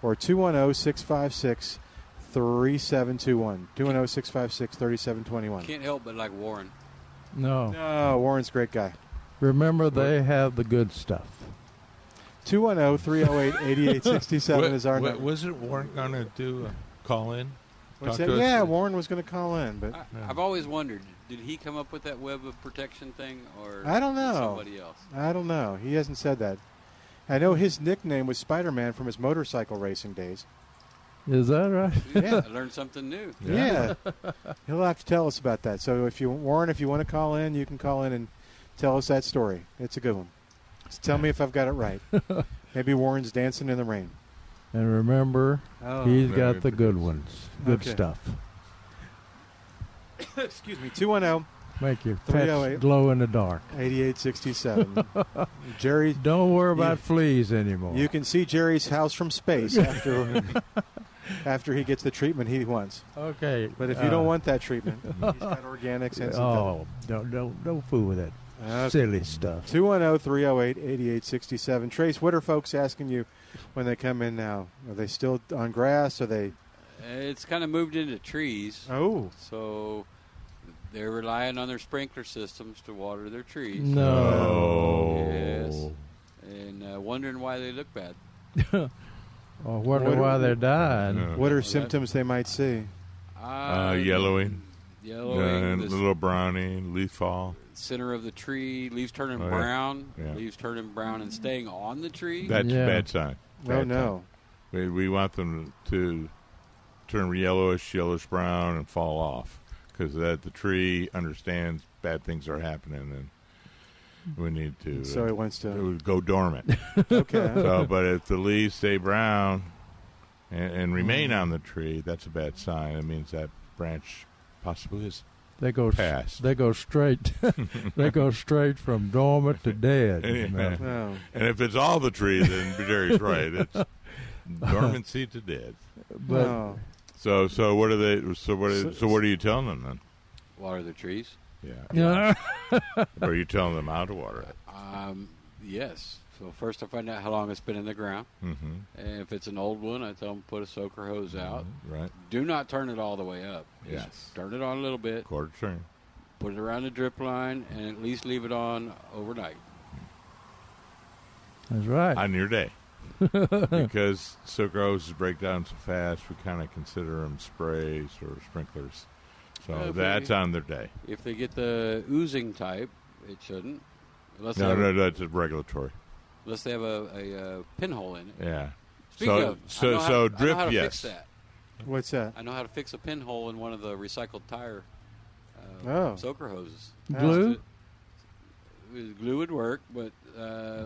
or oh, 210 656 3721. 210 656 3721.
Can't help but like Warren.
No.
No, Warren's a great guy.
Remember, they have the good stuff.
210 308 8867 is our
Wa- wa-
number.
Was it Warren going to do a call in?
What's
talk
that?
to us? Ah,
yeah, Warren was going to call in, but
I, I've always wondered, did he come up with that web of protection thing, or
I don't know.
somebody else?
I don't know. He hasn't said that. I know his nickname was Spider Man from his motorcycle racing days.
Is that right?
Yeah.
I learned something new.
Yeah. He'll have to tell us about that. So if you Warren, if you want to call in, you can call in and tell us that story. It's a good one. Just tell me if I've got
*laughs*
it right. Maybe Warren's dancing in the
*coughs*
rain.
And remember,
Oh.
he's
Very
got the good ones, good
Okay.
stuff.
Excuse me. 210
Make your pets
308.
glow in the dark.
8867. Jerry.
Don't worry about fleas anymore.
You can see Jerry's house
*laughs*
from space after after he gets the treatment he wants.
okay.
But if
uh,
you don't want that
*laughs*
treatment, he's got organics and synthetic.
Oh, don't, don't, don't fool with that
Okay.
silly stuff.
210 308 8867. Trace, what are folks asking you when they come in now? Are they still on grass? Are they.
It's kind of moved into trees.
Oh.
So they're relying on their sprinkler systems to water their trees.
No.
Oh,
Yes. And uh, wondering why they look bad.
Or Oh, wonder why they're dying.
What are symptoms they might see?
Uh, yellowing.
Yellowing,
And
this-
little browning, leaf fall.
Center of the tree, leaves turning
Oh, yeah.
brown.
Yeah.
Leaves turning brown and staying on the tree.
That's
Yeah.
a bad sign. Bad
Oh,
sign.
no.
We, we want them to turn yellowish, yellowish brown, and fall off because that the tree understands bad things are happening, and we need to. uh,
So it wants
it
to.
would go dormant.
*laughs* Okay.
so, but if the leaves stay brown and, and remain on the tree, that's a bad sign. It means that branch possibly is
They go s-
Pass.
They go straight. *laughs* they go straight from dormant to dead. you know.
No.
And if it's all the tree, then Jerry's right. It's dormancy to death.
But
no.
So, so what are they? So what? Are, so what are you telling them then?
Water the trees.
Yeah.
Yeah.
Or *laughs* are you telling them how to water it?
Um, yes. So first I find out how long it's been in the ground.
Mm-hmm.
And if it's an old one, I tell them put a soaker hose out.
Right.
Do not turn it all the way up. Just
Yes.
Turn it on a little bit.
Quarter turn.
Put it around the drip line, and at least leave it on overnight.
that's right.
on
*laughs*
your day. because soaker hoses break down so fast, we kind of consider them sprays or sprinklers. So
Okay.
Oh, that's on their day.
If they get the oozing type, it shouldn't. Unless they
No,
have,
no, that's a regulatory.
Unless they have a, a, uh pinhole in it.
Yeah.
Speaking
so
of, I
so
know
so
how, I know
drip
how to
yes.
Fix that.
What's that?
I know how to fix a pinhole in one of the recycled tire uh,
Oh.
soaker hoses.
Glue?
Uh, Glue would work, but uh,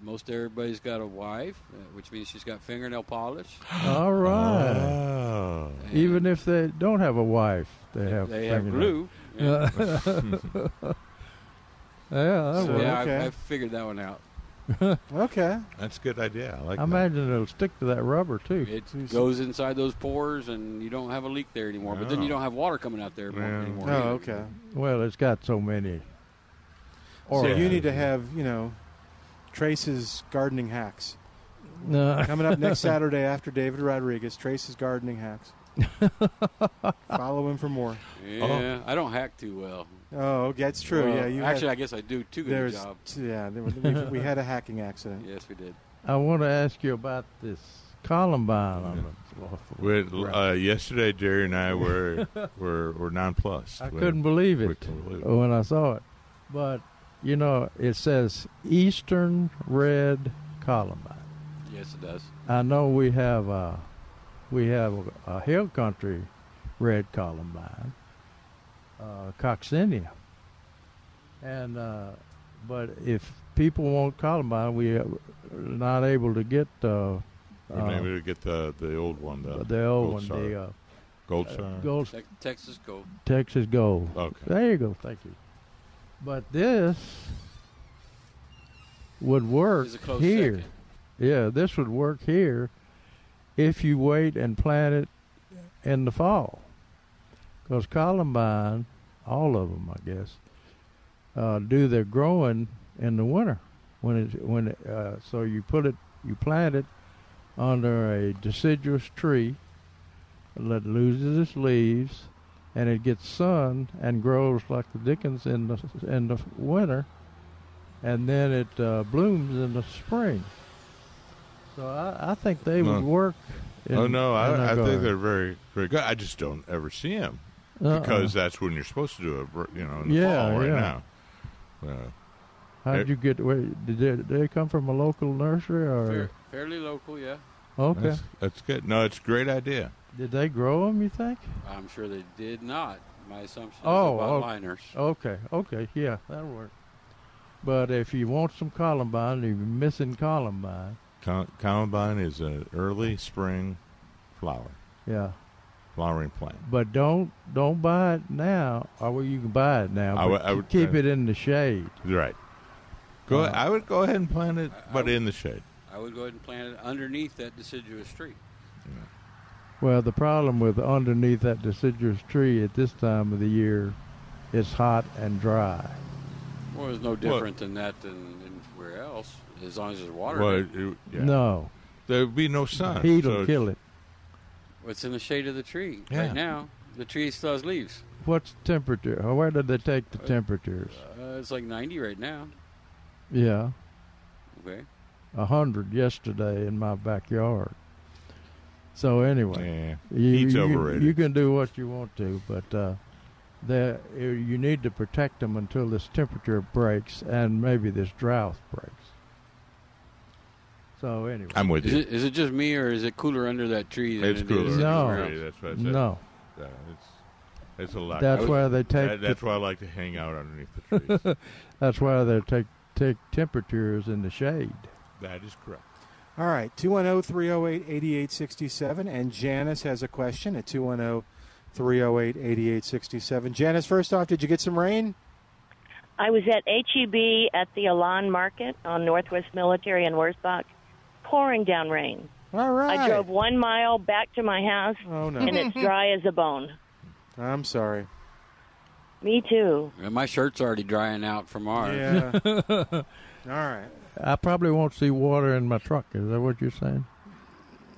most everybody's got a wife, uh, which means she's got fingernail polish.
*gasps* All right.
Oh.
Even if they don't have a wife, they have
they have
fingernails.
glue. Yeah,
Yeah. *laughs* yeah, that
So,
works.
yeah
Okay.
I, I figured that one out.
Okay.
That's a good idea. I like
I
that.
imagine it'll stick to that rubber too.
It goes inside those pores, and you don't have a leak there anymore. But then you
Oh.
don't have water coming out there more-
Yeah.
anymore.
Oh,
either.
okay.
Well, it's got so many.
So
Yeah.
you need to have, you know, Trace's gardening hacks.
No,
Coming
*laughs*
up next Saturday after David Rodriguez, Trace's gardening hacks. Follow him for more.
Yeah,
Oh.
I don't hack too well.
Oh, that's true.
Well,
yeah, you
actually,
Had,
I guess I do too good a
there's
job.
yeah, there, we, we had a hacking accident.
*laughs* Yes, we did.
I want to ask you about this Columbine. on the-
With, uh, yesterday, Jerry and
*laughs*
I were were, were nonplussed.
I
We-
couldn't believe
we
it
couldn't believe
when I saw it, but you know it says Eastern Red Columbine.
Yes, it does.
I know we have a we have a, a hill country red columbine, uh, coccinia, and uh, but if people want columbine, we are not able to get uh,
We were able to get the, the old one. The,
the old
gold
one,
star.
the uh,
*laughs* gold
Uh,
star.
gold
Te- Texas Gold.
Texas gold.
Okay.
There you go, thank you. But this would work
Is a close
here.
second.
Yeah, this would work here if you wait and plant it in the fall. Because columbine, all of them, I guess, uh, do their growing in the winter. When it when it, uh, so you put it you plant it under a deciduous tree that loses its leaves, and it gets sun and grows like the dickens in the in the winter, and then it uh, blooms in the spring. So I, I think they
No.
would work. In,
oh no,
in
I,
our
I think
garden.
they're very very good. I just don't ever see them
Uh-uh.
because that's when you're supposed to do it. You know, in the
Yeah,
fall right
yeah.
now. Yeah.
how'd you get? Where, did, they, did they come from a local nursery or?
Fair, fairly local, yeah.
Okay,
that's, that's good. No, it's a great idea.
did they grow them? You think?
I'm sure they did not. My assumption
Oh,
is they bought
oh.
liners.
Okay, okay, yeah, that'll work. But if you want some columbine, you're missing columbine.
Col- Columbine is an early spring flower.
Yeah,
long range plan.
But don't don't buy it now. Or well, you can buy it now.
I
but
would- I
ke-
would-
keep
I-
it in the shade.
Right. Go.
Uh-huh.
I would go ahead and plant it, but in the shade.
I would go ahead and plant it underneath that deciduous tree.
Well, the problem with underneath that deciduous tree at this time of the year, it's hot and dry.
Well, it's no different than that than anywhere else, as long as there's water.
Well,
in it.
it- yeah.
No,
There would be no sun.
heat'll
so-
kill it.
It's in the shade of the tree
Yeah.
right now. The tree still has leaves.
What's the temperature? Or Where did they take the temperatures?
Uh, it's like 90 right now.
Yeah,
Okay.
a hundred yesterday in my backyard. So anyway,
Yeah.
You,
Heat's
you can-
overrated.
you can do what you want to, but uh, there you need to protect them until this temperature breaks and maybe this drought breaks. So anyway,
I'm with
Is
you.
it, is it just me, or is it cooler under that tree? Than
It's
it
No.
cooler.
is anywhere
Agree,
else?
That's what I said.
no,
Yeah, it's, it's a lot.
That's
I would-
why they take
that-
the-
that's why I like to hang out underneath
*laughs*
the trees.
that's why they take take temperatures in the shade.
that is correct.
All right, oh, 210 308 8867. And Janice has a question at oh, 210 308 8867. Janice, first off, did you get some rain?
I was at HEB at the Elan Market on Northwest Military in Wurzbach, pouring down rain.
All right.
I drove one mile back to my house,
Oh, no.
and
*laughs*
it's dry as a bone.
I'm sorry.
Me too.
And my shirt's already drying out from ours.
Yeah. All
*laughs*
right.
I probably won't see water in my truck. Is that what you're saying?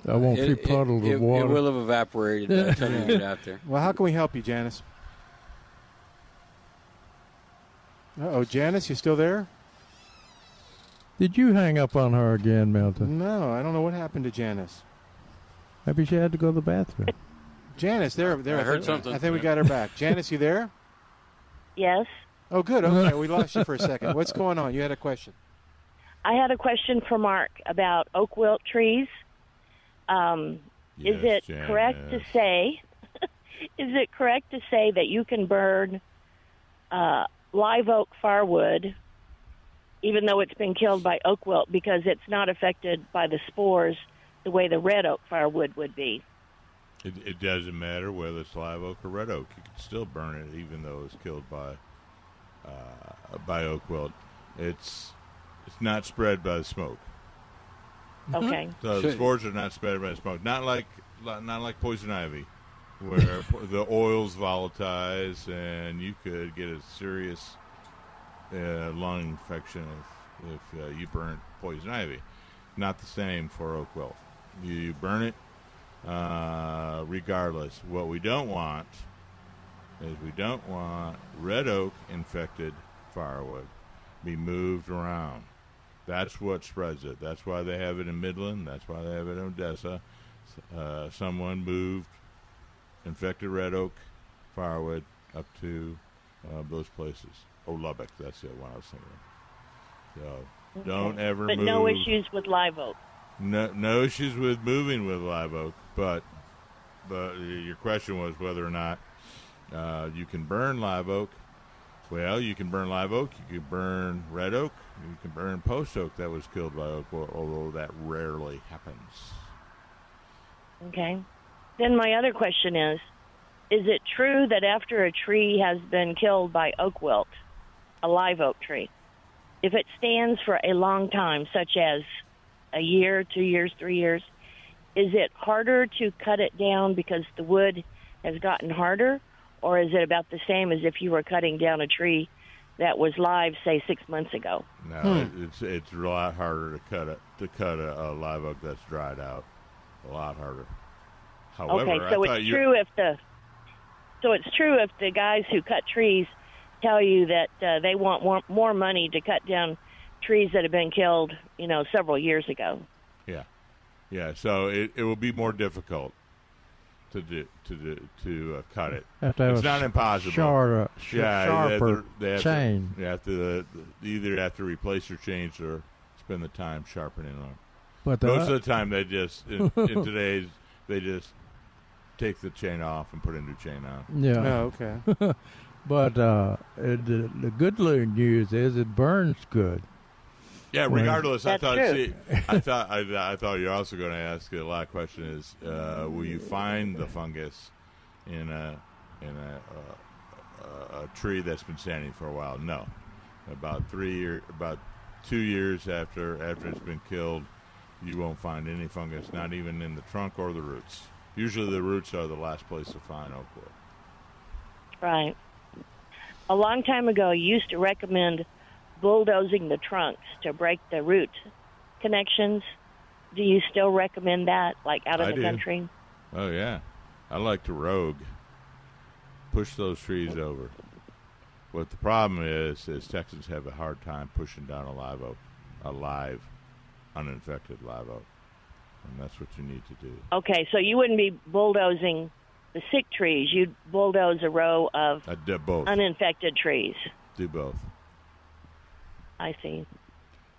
I won't see
It, it,
puddles
it-
of
it
water.
will have evaporated
*laughs*
by the time you get out there.
Well, how can we help you, Janice? Uh oh, Janice, you still there?
Did you hang up on her again, Milton?
No, I don't know what happened to Janice.
Maybe she had to go to the bathroom.
Janice, there, there.
I heard
think,
something.
I think we got her back. Janice, you there?
Yes.
Oh, *laughs* good. Okay, we lost you for a second. What's going on? You had a question.
I had a question for Mark about oak wilt trees. Um, is
Yes,
it correct to
Janice.
say? *laughs* is it correct to say that you can burn uh, live oak firewood, even though it's been killed by oak wilt, because it's not affected by the spores the way the red oak firewood would be?
It, it doesn't matter whether it's live oak or red oak. You can still burn it, even though it's killed by uh, by oak wilt. It's it's not spread by the smoke.
Okay.
Mm-hmm. So
Sure.
the spores are not spread by the smoke. Not like not like poison ivy, where *laughs* po- the oils volatilize and you could get a serious uh, lung infection if if uh, you burn poison ivy. Not the same for oak wilt. You, you burn it uh, regardless. What we don't want is we don't want red oak infected firewood be moved around. That's what spreads it. That's why they have it in Midland. That's why they have it in Odessa. Uh, someone moved infected red oak firewood up to uh, those places. Oh, Lubbock. That's the one I was thinking of. So don't ever
But
move.
no issues with live oak.
No, no issues with moving with live oak, but but your question was whether or not uh, you can burn live oak. Well, you can burn live oak. You can burn red oak. You can burn post oak that was killed by oak, wilt, although that rarely happens.
Okay. Then my other question is Is it true that after a tree has been killed by oak wilt, a live oak tree, if it stands for a long time, such as a year, two years, three years, is it harder to cut it down because the wood has gotten harder? Or is it about the same as if you were cutting down a tree that was live, say, six months ago?
No,
Hmm.
it- it's it's a lot harder to cut a to cut a, a live oak that's dried out. A lot harder. However,
okay, so
I thought
it's
you
true if the so it's true if the guys who cut trees tell you that uh, they want more, more money to cut down trees that have been killed, you know, several years ago.
Yeah, yeah. So it, it will be more difficult to do to do, to uh, cut it.
Have to have
it's
a
not
sh-
impossible.
shar- sh-
yeah, they have to-
sharper
they have to-
chain.
you have to uh, either have to replace or change or spend the time sharpening them.
But uh, the,
Most of the time, they just in,
*laughs*
in today's they just take the chain off and put a new chain on.
yeah,
Oh, okay.
*laughs* but uh, it, the, the good news is it burns good.
Yeah,
Right.
regardless,
That's
I thought.
true. *laughs*
See, I thought. I, I thought you're also going to ask a lot. Of question is, uh, will you find the fungus in a in a, uh, a, a tree that's been standing for a while. No, about three year about two years after after it's been killed, you won't find any fungus, not even in the trunk or the roots. Usually, the roots are the last place to find oak wood.
Right. A long time ago, you used to recommend bulldozing the trunks to break the root connections. Do you still recommend that, like out of
I
the
do.
country?
Oh yeah, I like to rogue, push those trees over. What the problem is is Texans have a hard time pushing down a live oak, a live, uninfected live oak, and that's what you need to do.
Okay, so you wouldn't be bulldozing the sick trees. You'd bulldoze a row of
I Uh, do both.
uninfected trees.
do both.
I see.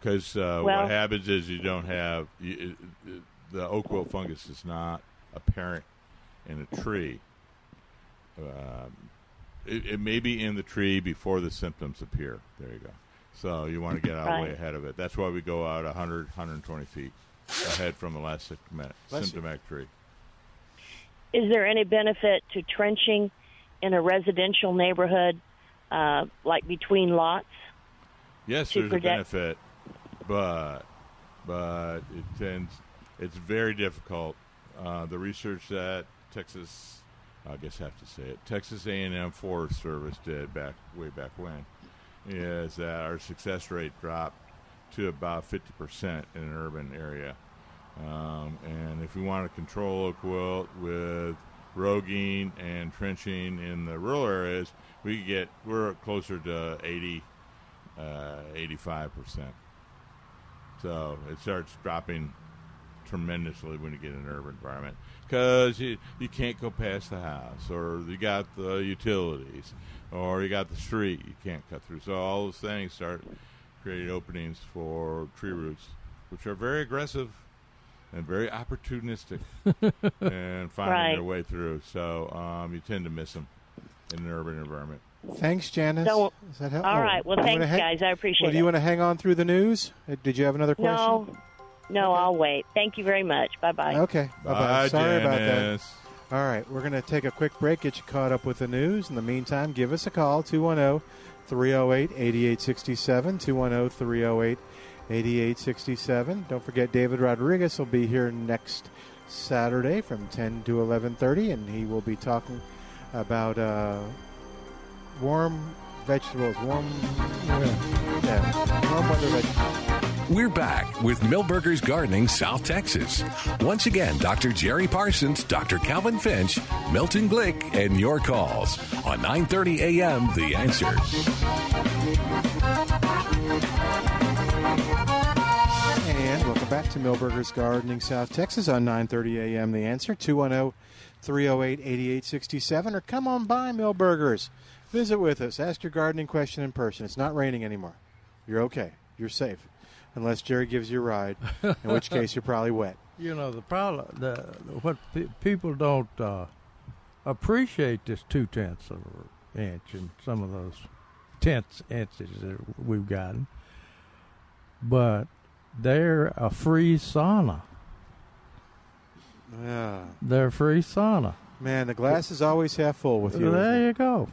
Because uh,
Well-
what happens is you don't have you, it, it, the oak wilt fungus is not apparent in a tree. Um, it, it may be in the tree before the symptoms appear. There you go. So you want to get out way
Right.
ahead of it. That's why we go out 100, 120 feet ahead from the last symptomatic,
Bless you.
symptomatic tree.
Is there any benefit to trenching in a residential neighborhood, uh, like between lots?
Yes,
to
there's a
protect-
benefit, but but it tends it's very difficult. Uh, the research that Texas, I guess I have to say it, Texas A&M Forest Service did back way back when, is that our success rate dropped to about fifty percent in an urban area, um, and if we want to control oak wilt with roguing and trenching in the rural areas, we get we're closer to eighty uh, eighty-five percent. So it starts dropping tremendously when you get in an urban environment because you, you can't go past the house, or you got the utilities, or you got the street you can't cut through. So all those things start creating openings for tree roots, which are very aggressive and
*laughs*
very opportunistic and finding
Right.
their way through. So um, you tend to miss them in an urban environment.
Thanks, Janice.
So-
Does that help?
all
Oh,
right. Well,
you wanna
thanks, guys. I appreciate
well, Do
it.
you want to hang on through the news? Uh, Did you have another question?
No, no, I'll wait. Thank you very much. Bye bye.
Okay. Bye-bye.
Bye,
Sorry
Janice.
about that. All right. We're going to take a quick break, get you caught up with the news. In the meantime, give us a call 210 308 8867. 210 308 8867. Don't forget, David Rodriguez will be here next Saturday from 10 to 11.30, and he will be talking about uh, warm vegetables, warm, yeah, warm weather vegetables.
We're back with Millburgers Gardening South Texas. Once again, Dr. Jerry Parsons, Dr. Calvin Finch, Milton Glick, and your calls on 9:30 a.m. The Answer.
And welcome back to Millburgers Gardening South Texas on 9:30 a.m. The answer oh, 210-308-8867 or come on by Millburgers. Visit with us. Ask your gardening question in person. It's not raining anymore. You're okay. You're safe. Unless Jerry gives you a ride, in which case you're probably
*laughs*
wet.
You know the problem. The, what pe- people don't uh, appreciate this two tenths of an inch and some of those tenths inches that we've gotten, but they're a free sauna.
Yeah.
They're free sauna.
Man, the glass is always half full with you. isn't it?
There you go.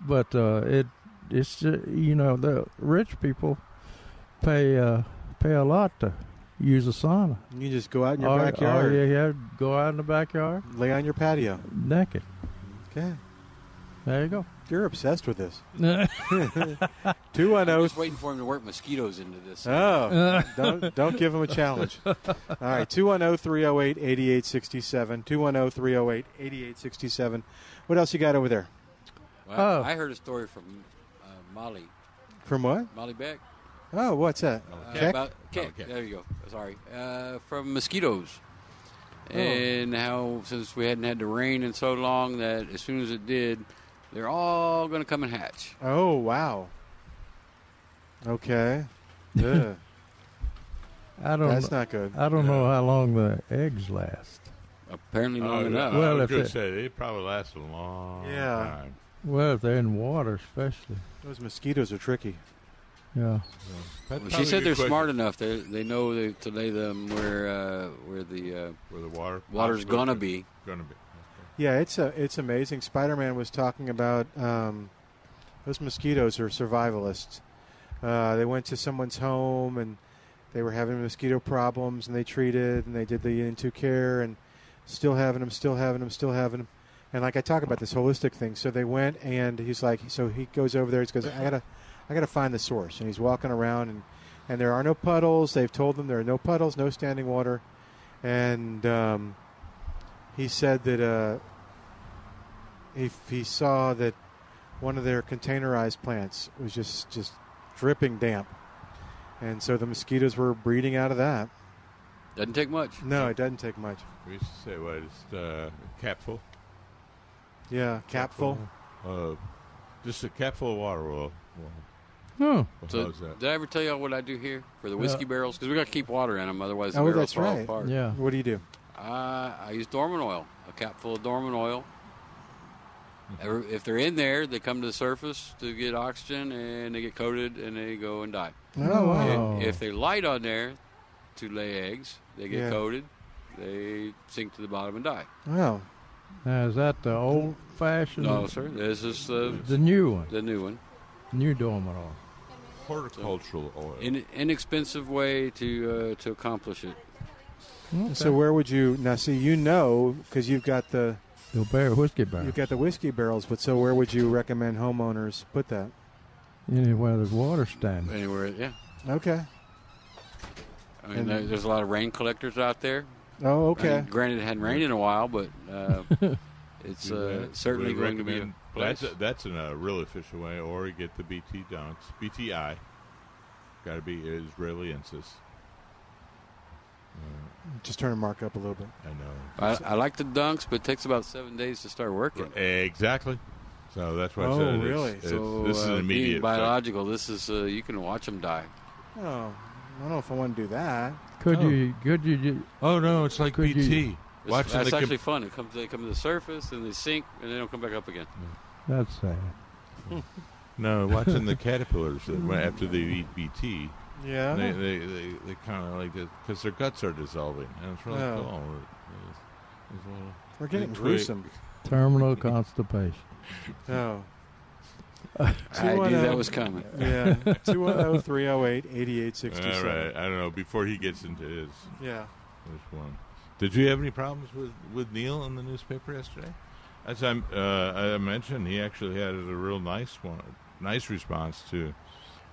But uh, it it's uh, you know the rich people pay uh, pay a lot to use a sauna.
You can just go out in your
Or-
backyard.
or you have- oh, go out in the backyard.
Lay on your patio.
Naked.
Okay.
There you go.
You're obsessed with
*laughs*
this. *laughs* oh,
I'm
210
just waiting for him to work mosquitoes into
*laughs*
this. *laughs*
Oh, don't, don't give them a challenge. All right, oh, 210 308 8867. 210 308 8867. What else you got over there?
Well,
Oh.
I heard a story from uh, Molly,
From what?
Molly Beck.
Oh, what's that?
Uh,
Keck?
about- Keck, There you go. Sorry. Uh, from mosquitoes.
Oh.
And how, since we hadn't had the rain in so long, that as soon as it did, they're all going to come and hatch.
Oh, wow. Okay. Ugh.
I don't.
That's not good.
I don't know how long the eggs last.
Apparently
Oh,
long
yeah.
enough.
Well,
I was
if
going
it-
to say, they probably last a long
Yeah.
time.
Well, if they're in water, especially.
Those mosquitoes are tricky.
Yeah.
Well, she said they're smart enough. They they know they, to lay them where uh, where the uh,
where the water
water's
possibly
gonna
could-
be.
Gonna be.
Yeah, it's a, it's amazing. Spider Man was talking about um, those mosquitoes are survivalists. Uh, they went to someone's home and they were having mosquito problems, and they treated and they did the into care and still having them, still having them, still having them. And like I talk about this holistic thing, so they went and he's like, so he goes over there. He goes, I gotta, I gotta find the source. And he's walking around and and there are no puddles. They've told them there are no puddles, no standing water, and um, he said that uh, if he saw that one of their containerized plants was just just dripping damp, and so the mosquitoes were breeding out of that.
Doesn't take much.
No, it doesn't take much.
We used to say, what, just uh, a capful?
Yeah, capful.
Uh, just a capful of water will.
Oh.
So,
How's that?
did I ever tell y'all what I do here for the whiskey
Yeah.
barrels? Because we got to keep water in them, otherwise the
Oh,
barrels
that's
fall
right.
apart.
Yeah.
What do you do?
Uh, I use Dorman oil, a cap full of Dorman oil. Ever- If they're in there, they come to the surface to get oxygen, and they get coated, and they go and die.
Oh, wow.
If- If they light on there to lay eggs, they get
Yeah.
coated, they sink to the bottom and die.
Wow.
Now, is that the old fashioned?
No, sir, this is the
The new one.
the new one,
New domino.
Horticultural oil.
In, inexpensive way to uh, to accomplish it.
So where would you now? See, you know, because you've got the
The bear whiskey barrel.
you've got the whiskey barrels, but so where would you recommend homeowners put that?
Anywhere there's water standing.
Anywhere, yeah.
Okay.
I mean, there- there's a lot of rain collectors out there.
Oh,
I mean,
okay.
granted, it hadn't rained in a while, but uh, *laughs* it's
Do
uh,
that.
certainly
We
going to be a
recommend-
place.
That's, a, that's in a real efficient way, or you get the BT dunks, BTI. Got to be Israeliensis.
Just turn the mark up a little bit.
Mm. I know.
I, I like the dunks, but it takes about seven days to start working.
Exactly. So that's why I
Oh,
said it's-
really?
it's-
So
this is
uh,
an
being
immediate. effect.
biological. This is uh, you can watch them die.
Oh, I don't know if I want to do that.
Could
Oh.
you? Could you? ju-
Oh no, it's like
Could you-
BT.
It's,
Watching
that's
the com-
actually fun. It comes, they come to the surface and they sink and they don't come back up again.
That's sad.
no, watching *laughs* the caterpillars that went after they eat BT.
Yeah.
They they, they, they kind of like because their guts are dissolving, and it's really
Oh.
cool. It's- it's uh, one of-
We're getting
Twig.
gruesome.
Terminal
*laughs*
constipation.
Oh.
I knew
210
that was coming. *laughs*
Yeah. oh, 210 308 8867.
All right, I don't know. Before he gets into his,
Yeah.
his one, did you have any problems with, with Neil in the newspaper yesterday? As I, uh, I mentioned, he actually had a real nice one, nice response to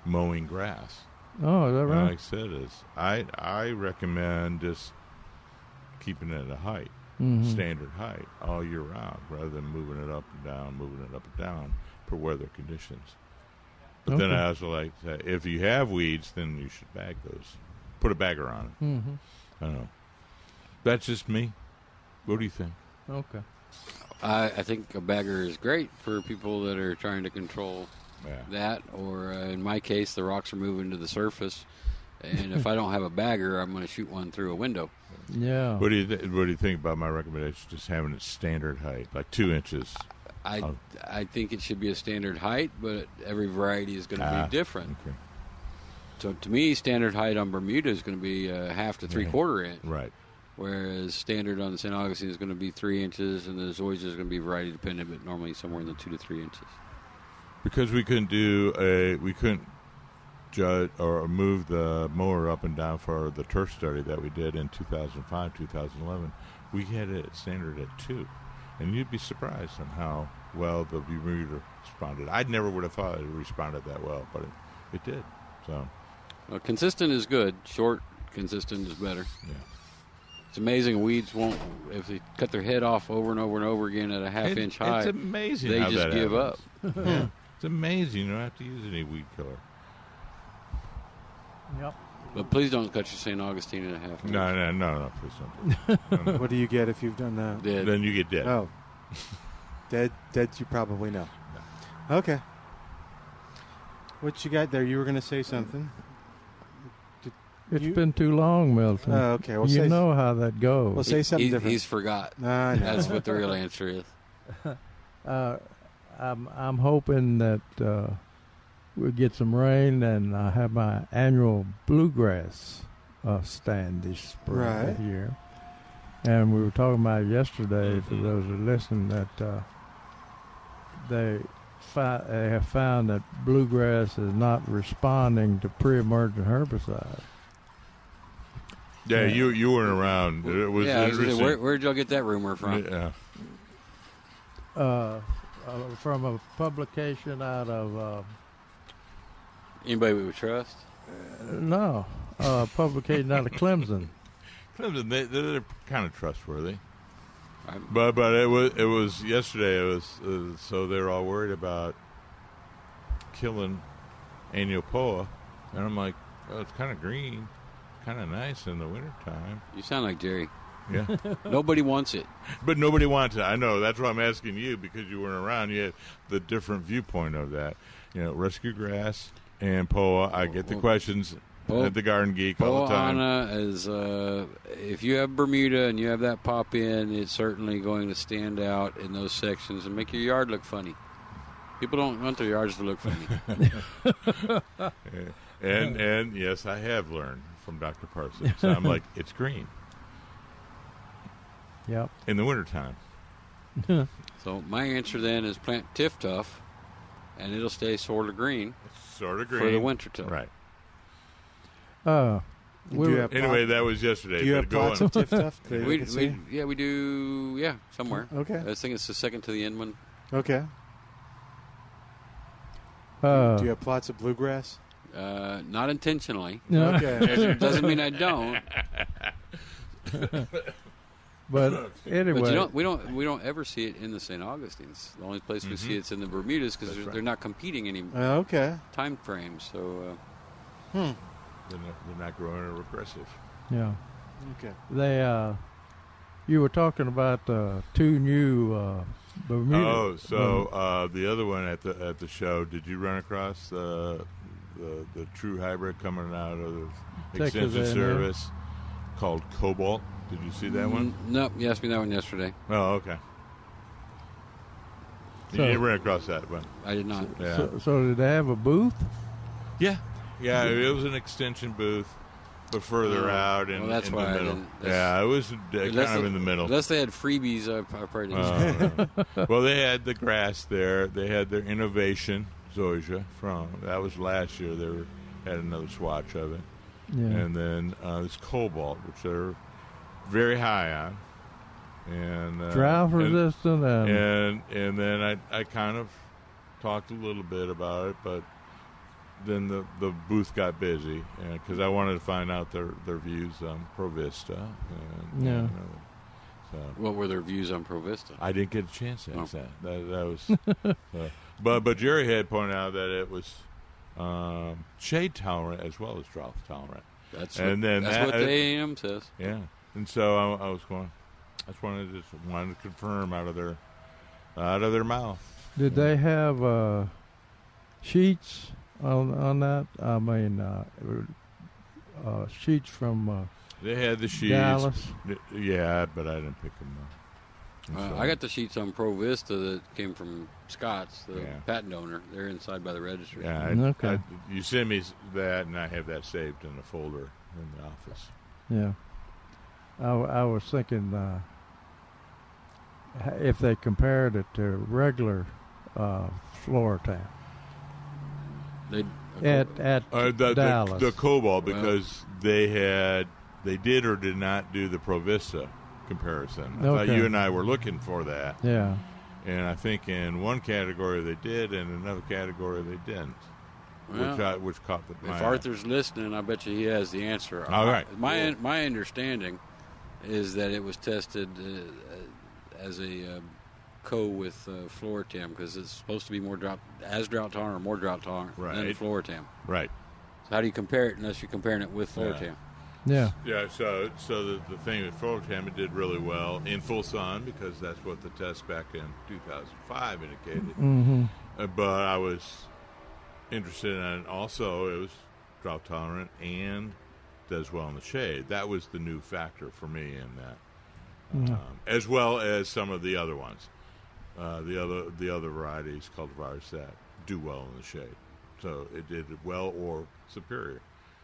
mowing grass.
Oh, is that
And
right?
Like I said, is I I recommend just keeping it at a height,
Mm-hmm.
standard height, all year round, rather than moving it up and down, moving it up and down for weather conditions. But then
Okay.
I also like to, if you have weeds, then you should bag those, put a bagger on it.
Mhm.
I don't know. That's just me. What do you think?
Okay.
I, I think a bagger is great for people that are trying to control
Yeah.
that, or uh, in my case, the rocks are moving to the surface. And if I don't have a bagger, I'm going to shoot one through a window.
Yeah.
What do you th- What do you think about my recommendation? Just having it standard height, like two inches.
I
Oh.
I think it should be a standard height, but every variety is going to
Ah,
be different.
Okay.
So to me, standard height on Bermuda is going to be uh, half to three quarter inch,
Right.
whereas standard on the St. Augustine is going to be three inches, and there's always just going to be variety dependent, but normally somewhere in the two to three inches.
because we couldn't do a we couldn't judge or move the mower up and down for the turf study that we did in 2005 2011 we had it standard at two and you'd be surprised on how well the Bermuda responded I never would have thought it responded that well but it, it did so
Well, consistent is good. Short, consistent is better.
yeah
It's amazing weeds won't if they cut their head off over and over and over again at a half
It-
inch high.
it's amazing
They
how
just
that
give
happens. *laughs*
up.
yeah. it's amazing you don't have to use any weed killer
Yep.
But please don't cut your St. Augustine at a half. inch.
no no no no please don't
Um, What do you get if you've done that?
Dead.
then you get dead
Oh. dead, dead, you probably know. Okay. What you got there? You were going to say something.
It's
You-
been too long, Milton.
Oh, okay. Well,
you
say-
know how that goes.
Well, say something
Oh, He-
different. Ah,
He's forgot.
I know.
That's what the real answer is.
uh, I'm I'm hoping that uh, we get some rain and I have my annual bluegrass uh, stand this spring
Right.
here, And we were talking about yesterday, for
Mm-hmm.
those that listen, that uh, they, fi- they have found that bluegrass is not responding to pre emergent herbicides.
Yeah,
Yeah.
you you weren't around. It was
yeah, I was gonna say,
interesting.
where, where'd y'all get that rumor from?
Yeah.
Uh, uh, from a publication out of. Uh,
Anybody we would trust?
No, uh, publication out of Clemson.
Clemson, they, they're kind of trustworthy. But but it was it was yesterday. It was uh, so they're all worried about killing Aniopoa, and I'm like, oh, it's kind of green, kind of nice in the wintertime.
You sound like Jerry.
Yeah.
*laughs* Nobody wants it.
But nobody wants it. I know. That's why I'm asking you because you weren't around. You had the different viewpoint of that. You know, rescue grass and POA.
Oh,
I get the questions
Well,
at the Garden Geek all the time.
Poana is uh, if you have Bermuda and you have that pop in, it's certainly going to stand out in those sections and make your yard look funny. People don't want their yards to
*laughs*
look funny.
And and yes, I have learned from Dr. Parsons.
*laughs*
I'm like, it's green
*laughs* *laughs* Yep.
in the wintertime.
Uh,
so my answer then is plant Tiff Tuff, and it'll stay sort of green.
Sort of
for the
green.
winter time.
Right.
Uh, we were-
anyway, that was yesterday.
Do you
but
have
go
plots
on.
of Tiff Tuff that
We,
we can
we,
see?
yeah, we do. Yeah, somewhere.
Okay.
I think it's the second to the end one.
Okay.
Uh,
Do you have plots of bluegrass?
Uh, not intentionally.
No. *laughs*
Okay.
Doesn't mean I don't.
but anyway,
But you don't, we don't we don't ever see it in the St. Augustines. The only place we
Mm-hmm.
see it's in the Bermudas because they're, they're not competing any
Uh, okay.
time frame. So uh,
They're not, they're not growing or regressive.
yeah,
Okay.
Hmm. they. Uh, you were talking about uh, two new uh, Bermuda.
Oh, so
Mm-hmm.
uh, the other one at the at the show, did you run across the the, the true hybrid coming out of
Texas
extension
A&M.
service called Cobalt? Did you see that
Mm-hmm.
one?
uh, nope, you asked me that one yesterday.
Oh, okay.
So-
you didn't run across that one.
I did not.
Yeah.
so, so did they have a booth?
yeah. Yeah, it was an extension booth, but further
Oh,
out and
well, that's
in
why I
the middle.
didn't- that's-
Yeah, it was uh, kind
Unless
of
they-
in the middle.
Unless they had freebies, I, I probably didn't.
Oh, yeah. well, they had the grass there. They had their innovation zoysia from that was last year. They were, had another swatch of it,
Yeah.
and then uh, this cobalt, which they're very high on, and uh,
Drought
and-
resistant and,
and and then I I kind of talked a little bit about it, but then the the booth got busy because I wanted to find out their their views on Provista. And,
Yeah.
and, uh, so
What were their views on Provista?
I didn't get a chance to
Oh.
ask that. That, that was, uh, *laughs* but but Jerry had pointed out that it was um, shade tolerant as well as drought tolerant.
That's
And
what,
then
that's
that- uh,
what the AM says.
Yeah, and so I, I was going. I just wanted to just wanted to confirm out of their out of their mouth.
did they have uh, sheets on on that? I mean, uh, uh, sheets from uh,
They had the sheets.
Dallas.
Yeah, but I didn't pick them up. And
*laughs* Uh,
so-
I got the sheets on Provista that came from Scott's, the
Yeah.
patent owner. They're inside by the registry.
Yeah, I,
Okay.
I- you send me that, and I have that saved in a folder in the office.
Yeah. I, w- I was thinking uh, h- if they compared it to regular uh, floor tap
They,
at, at
Uh, the,
Dallas.
The, the Cobalt because they had they did or did not do the Provista comparison. I thought
Okay.
you and I were looking for that,
yeah.
and I think in one category they did, and another category they didn't,
Well,
which I, which caught the my
If
eye.
Arthur's listening, I bet you he has the answer.
All
I-
right.
My my understanding is that it was tested uh, as a uh, co with uh, Floritam because it's supposed to be more drought as drought tolerant or more drought tolerant than
Right.
Floritam.
right.
So how do you compare it unless you're comparing it with
Yeah.
Floritam?
Yeah.
Yeah, so so the, the thing with Fullerton, it did really well in full sun because that's what the test back in 2005 indicated.
Mm-hmm.
Uh, but I was interested in also it was drought tolerant and does well in the shade. That was the new factor for me in that, um, as well as some of the other ones, uh, the other the other varieties cultivars that do well in the shade. So it did well or superior.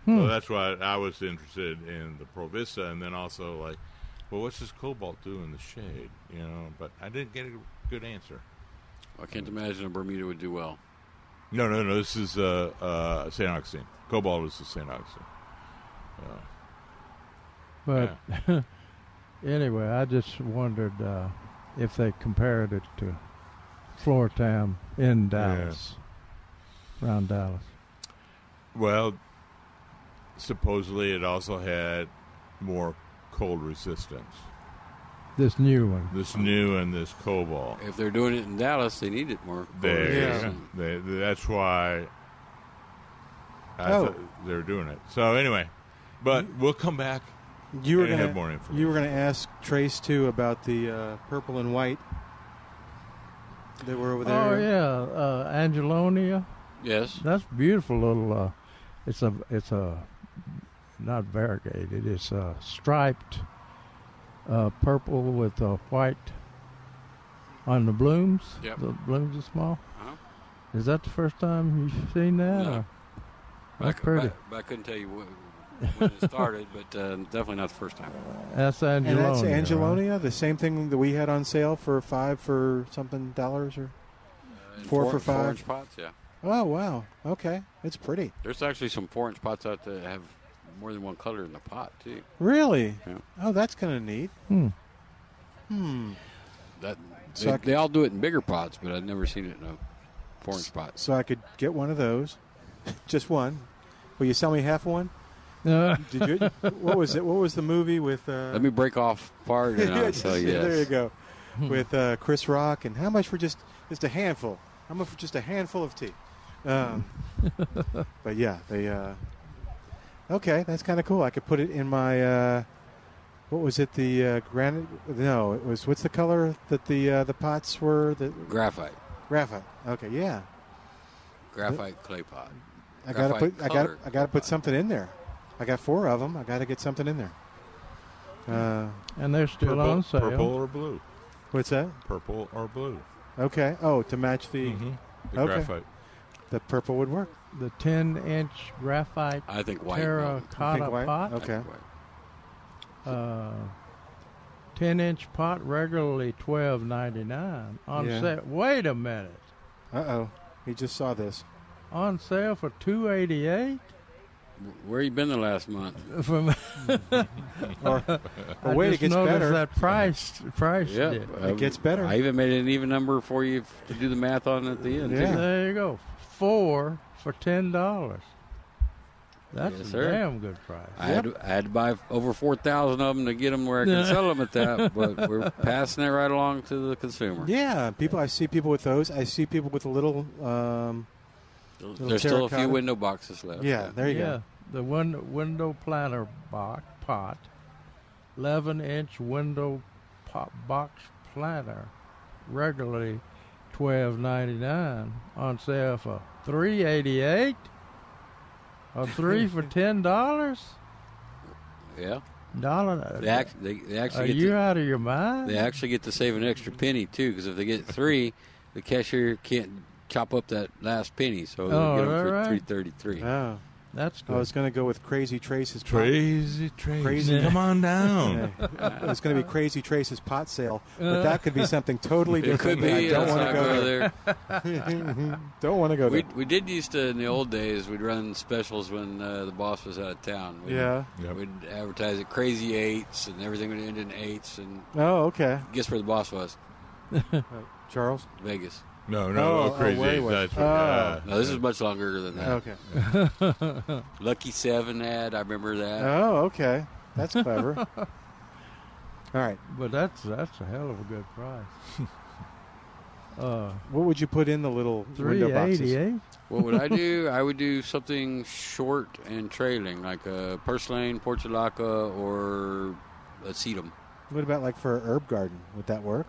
So that's why I was interested in the Provista, and then also like well, what's this cobalt do in the shade? You know, but I didn't get a good answer.
I can't imagine a Bermuda would do well.
No, no, no. This is uh, uh, St. Augustine. Cobalt is the St. Augustine. Uh,
But *laughs* anyway, I just wondered uh, if they compared it to Floritown in Dallas, around Dallas.
well, supposedly it also had more cold resistance.
This new one.
This new and this cobalt.
If they're doing it in Dallas, they need it more.
There,
Yeah.
they, that's why I
Oh.
thought they were doing it. So anyway, but we'll come back.
You were
and
going
have more
to
information.
you were going to ask Trace too about the uh, purple and white. They were over there.
Oh yeah, uh, Angelonia.
Yes.
that's beautiful little. Uh, it's a it's a not variegated. It's a striped uh, purple with a white on the blooms.
Yep.
The blooms are small.
Uh-huh.
Is that the first time you've seen that?
No.
or-
But I
That's
c-
pretty.
but- but I couldn't tell you wh- when it started, but uh, definitely not the first time.
That's Angelonia.
And that's
right?
Angelonia, the same thing that we had on sale for five for something dollars or.
And
Four for five.
Uh, Four inch pots, yeah.
Oh wow! Okay, it's pretty.
There's actually some four inch pots out there that have more than one color in the pot too.
Really?
Yeah.
Oh, that's kind of neat.
Hmm.
Hmm.
That
So
they,
I-
they all do it in bigger pots, but I've never seen it in a four inch pot.
So I could get one of those, *laughs* just one. Will you sell me half one?
Uh, *laughs*
Did you? what was it? What was the movie with? Uh,
Let me break off part
*laughs*
and I'll
just-
tell you.
There you
yes. Hmm.
go. With uh, Chris Rock and how much for just just a handful? How much for just a handful of tea?
*laughs*
Um, but yeah, they. Uh, okay, that's kind of cool. I could put it in my. Uh, what was it? The uh, granite? No, it was. What's the color that the uh, the pots were? The
Graphite,
graphite. Okay, yeah.
graphite clay pot.
I gotta
Graphite
put. I gotta.
color.
I gotta put something in there. I got four of them. I gotta get something in there. Uh,
and they're still
Purple,
on sale.
purple or blue?
what's that?
Purple or blue?
Okay. Oh, to match the
Mm-hmm.
The
Okay.
graphite.
the purple would work.
The ten inch graphite
I think white. Mountain.
terracotta
Pink white?
pot.
I think
Okay.
white.
uh, 10 inch pot regularly 12.99 on
Yeah.
sale wait a minute
Uh oh. He just saw this.
on sale for 288
Wh- Where you been the last month?
from
*laughs* Or,
*laughs* I
or wait, it
just
gets
noticed
better.
that price price
Yeah,
dip.
I-
gets better.
I even made an even number for you f- to do the math on at the end.
Yeah.
there you go four for ten dollars that's
Yes,
a
sir.
damn good price
I, had to, I had to buy over 4,000 of them to get them where
*laughs*
I can sell them at that, but we're passing it right along to the consumer.
Yeah, people. I see people with those. I see people with a little. Um,
There's still a few
terracotta.
window boxes left.
yeah, there you
yeah
go.
the win- window planter box pot 11 inch window pot box planter regularly 12.99 on sale for 388 or
*laughs*
3 for $10
Yeah.
dollar uh,
They, act, they, they
are
actually get
you
to,
out of your mind
they actually get to save an extra penny too, because if they get three, the cashier can't chop up that last penny, so they'll
Oh,
get them
is
for
that right?
333.
Oh,
that's
I
good
was going to go with Crazy Trace's. pot-
Crazy, crazy.
Crazy. *laughs*
Come on down.
Yeah. it was going to be Crazy Trace's pot sale,
Uh.
but that
*laughs*
could be something totally
It
different.
could be.
I don't
let's
want to
not
go,
go
there.
there.
*laughs* Don't want to go
We,
there.
we did used to in the old days. We'd run specials when uh, the boss was out of town. We'd,
Yeah.
Yep.
We'd advertise at Crazy Eights, and everything would end in eights. And
Oh, okay.
guess where the boss was? *laughs*
Charles.
Vegas.
No,
Oh,
no, oh,
oh,
crazy.
way worse.
that's what,
Oh.
uh,
No, this is much longer than that.
Okay.
*laughs*
Lucky Seven ad. I remember
*laughs*
that.
Oh, okay. That's clever. All right.
but that's that's a hell of a good price *laughs* uh
What would you put in the little window boxes?
388
what would I do? I would do something short and trailing, like a purslane, portulaca, or acetum.
What about like for a herb garden? Would that work?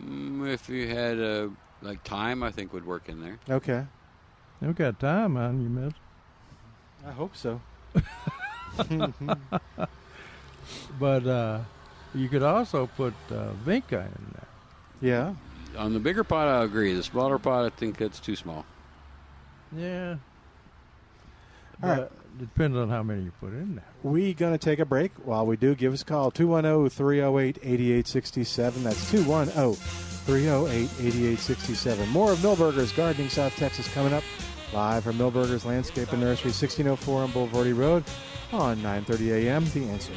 Mm, if you had uh like time, I think would work in there.
Okay.
you got time on you miss *laughs*
I hope so.
But uh, you could also put uh, vinca in there.
Yeah.
*laughs* On the bigger pot, I agree. The smaller pot, I think that's too small.
Yeah.
All right.
But Depends on how many you put in there.
we going to take a break. While we do, give us a call oh, 210 308 8867. That's oh, 210 308 8867. More of Millburgers Gardening South Texas coming up live from Millburgers Landscape and Nursery, 1604 on Boulevardy Road on 9:30 a.m. The answer.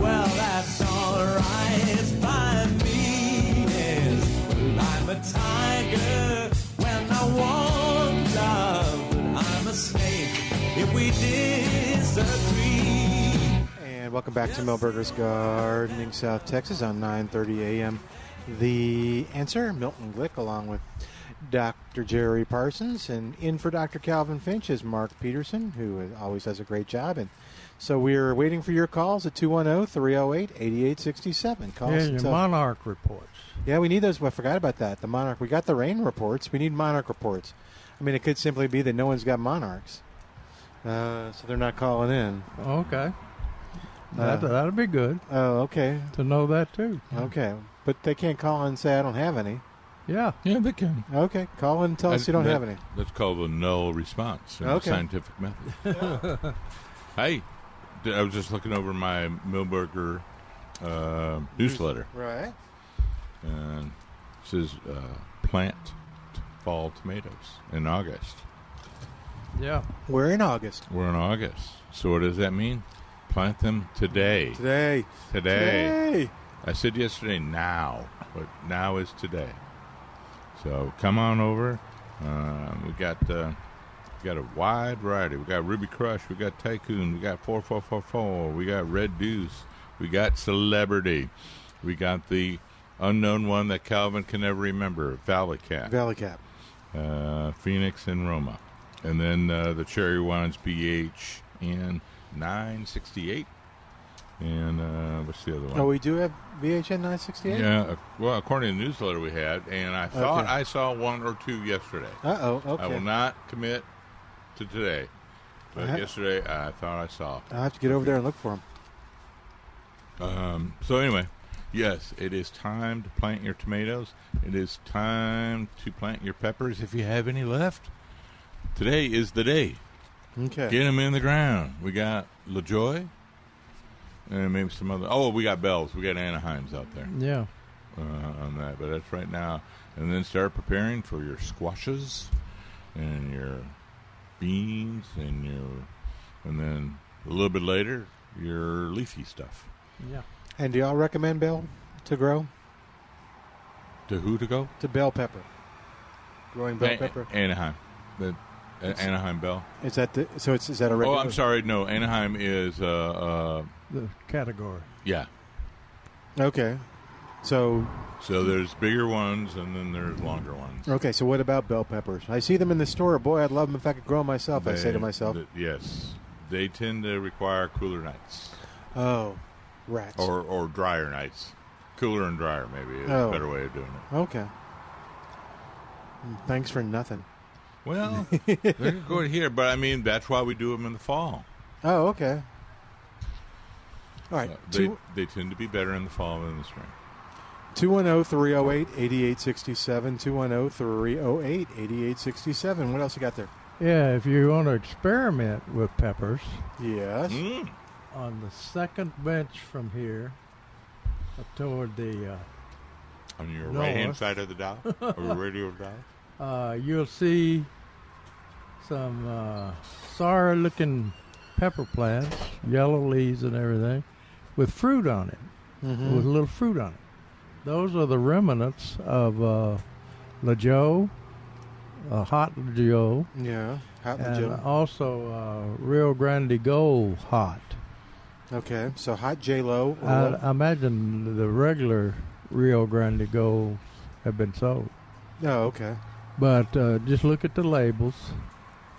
Well, that's alright by me. Yes, I'm a tiger when I want love. I'm a snake if we disagree.
And welcome back to Millburgers Gardening South Texas on 9:30 a.m. The answer, Milton Glick, along with Dr. Jerry Parsons, and in for Dr. Calvin Finch is Mark Peterson, who always does a great job. And so we're waiting for your calls at 210-308-8867. Call us
Yeah,
and
your
tell-
monarch reports.
yeah, we need those. I forgot about that. The monarch. We got the rain reports. We need monarch reports. I mean, it could simply be that no one's got monarchs, uh, so they're not calling in.
Okay.
Uh,
that, that'll be good
Oh, okay.
to know that too.
Okay, but they can't call and say I don't have any.
Yeah.
Yeah, they can.
Okay, call and tell us you don't have any.
That's called a null response in the
Okay.
scientific method. hey, d- I was just looking over my Milburger uh, newsletter.
Right.
And it says uh, plant t- fall tomatoes in August.
Yeah.
We're in August.
We're in August. So what does that mean? Plant them today.
Today.
Today.
Today.
I said yesterday now, but now is today. So come on over. Uh, we got uh, we got a wide variety. We got Ruby Crush. We got Tycoon. We got four four four four. We got Red Deuce. We got Celebrity. We got the unknown one that Calvin can never remember. Valley Cat.
Valley Cap.
Uh, Phoenix and Roma, and then uh, the cherry wines BH and nine sixty eight. And uh, what's the other one?
Oh, we do have VHN 968.
Yeah, uh, well, according to the newsletter we had, and I thought
Okay.
I saw one or two yesterday.
Uh-oh, okay.
I will not commit to today, but
Uh-huh.
yesterday I thought I saw.
I'll have to get over there and look for them.
Um, so anyway, yes, it is time to plant your tomatoes. It is time to plant your peppers if you have any left. Today is the day.
Okay.
Get them in the ground. We got LaJoy, and maybe some other. Oh, we got Bells. We got Anaheim's out there.
Yeah.
uh, on that, but that's right now. And then start preparing for your squashes and your beans and your, and then a little bit later your leafy stuff.
Yeah.
And do y'all recommend bell to grow?
To who to go?
To bell pepper. Growing bell
A-
pepper.
Anaheim, the uh,
It's-
Anaheim Bell.
Is that the, so? It's is that a
Oh,
regular?
I'm sorry. No, Anaheim is uh, uh
The category.
yeah.
Okay. So
So there's bigger ones and then there's longer ones.
okay. So what about bell peppers? I see them in the store. Boy, I'd love them if I could grow 'em myself. I say to
They-
myself,
th- yes, they tend to require cooler nights.
oh, rats.
or or drier nights, cooler and drier maybe is
Oh.
a better way of doing it.
Okay. Mm, Thanks for nothing. *laughs*
Well, they're good here, but I mean that's why we do them in the fall.
Oh, okay. All right.
Uh, they,
two,
they tend to be better in the fall than in the spring.
oh, 210-308-8867, 210-308-8867. What else you got there?
Yeah, if you want to experiment with peppers,
Yes.
Hmm.
on the second bench from here, up toward the, uh,
On your
No,
right hand
uh,
side of the dial, or the radio dial.
uh, uh, you'll see some uh, sorry-looking pepper plants, yellow leaves and everything, with fruit on it,
Mhm.
with a little fruit on it. Those are the remnants of uh, LaJoe, uh, hot LaJoe,
Yeah. Hot
and
Joe.
also uh, Rio Grande Gold hot. uh,
Okay. So hot J Lo.
I, I imagine the regular Rio Grande Gold have been sold,
Oh, okay.
but uh, just look at the labels,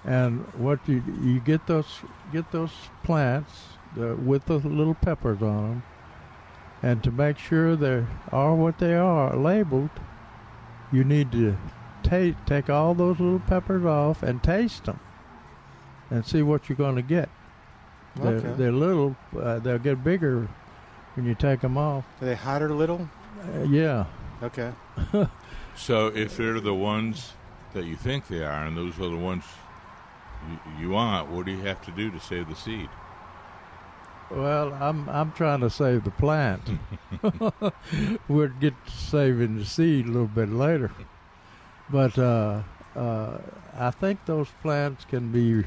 and what you you get those get those plants uh, with the little peppers on them, and to make sure they are what they are labeled, you need to ta take all those little peppers off and taste them, and see what you're going to get. They're,
Okay.
they're little. Uh, they'll get bigger when you take them off.
Are they hot or little?
Uh, yeah.
Okay.
So if they're the ones that you think they are, and those are the ones you, you want, what do you have to do to save the seed?
Well, I'm I'm trying to save the plant. *laughs* we'll get to saving the seed a little bit later, but uh, uh, I think those plants can be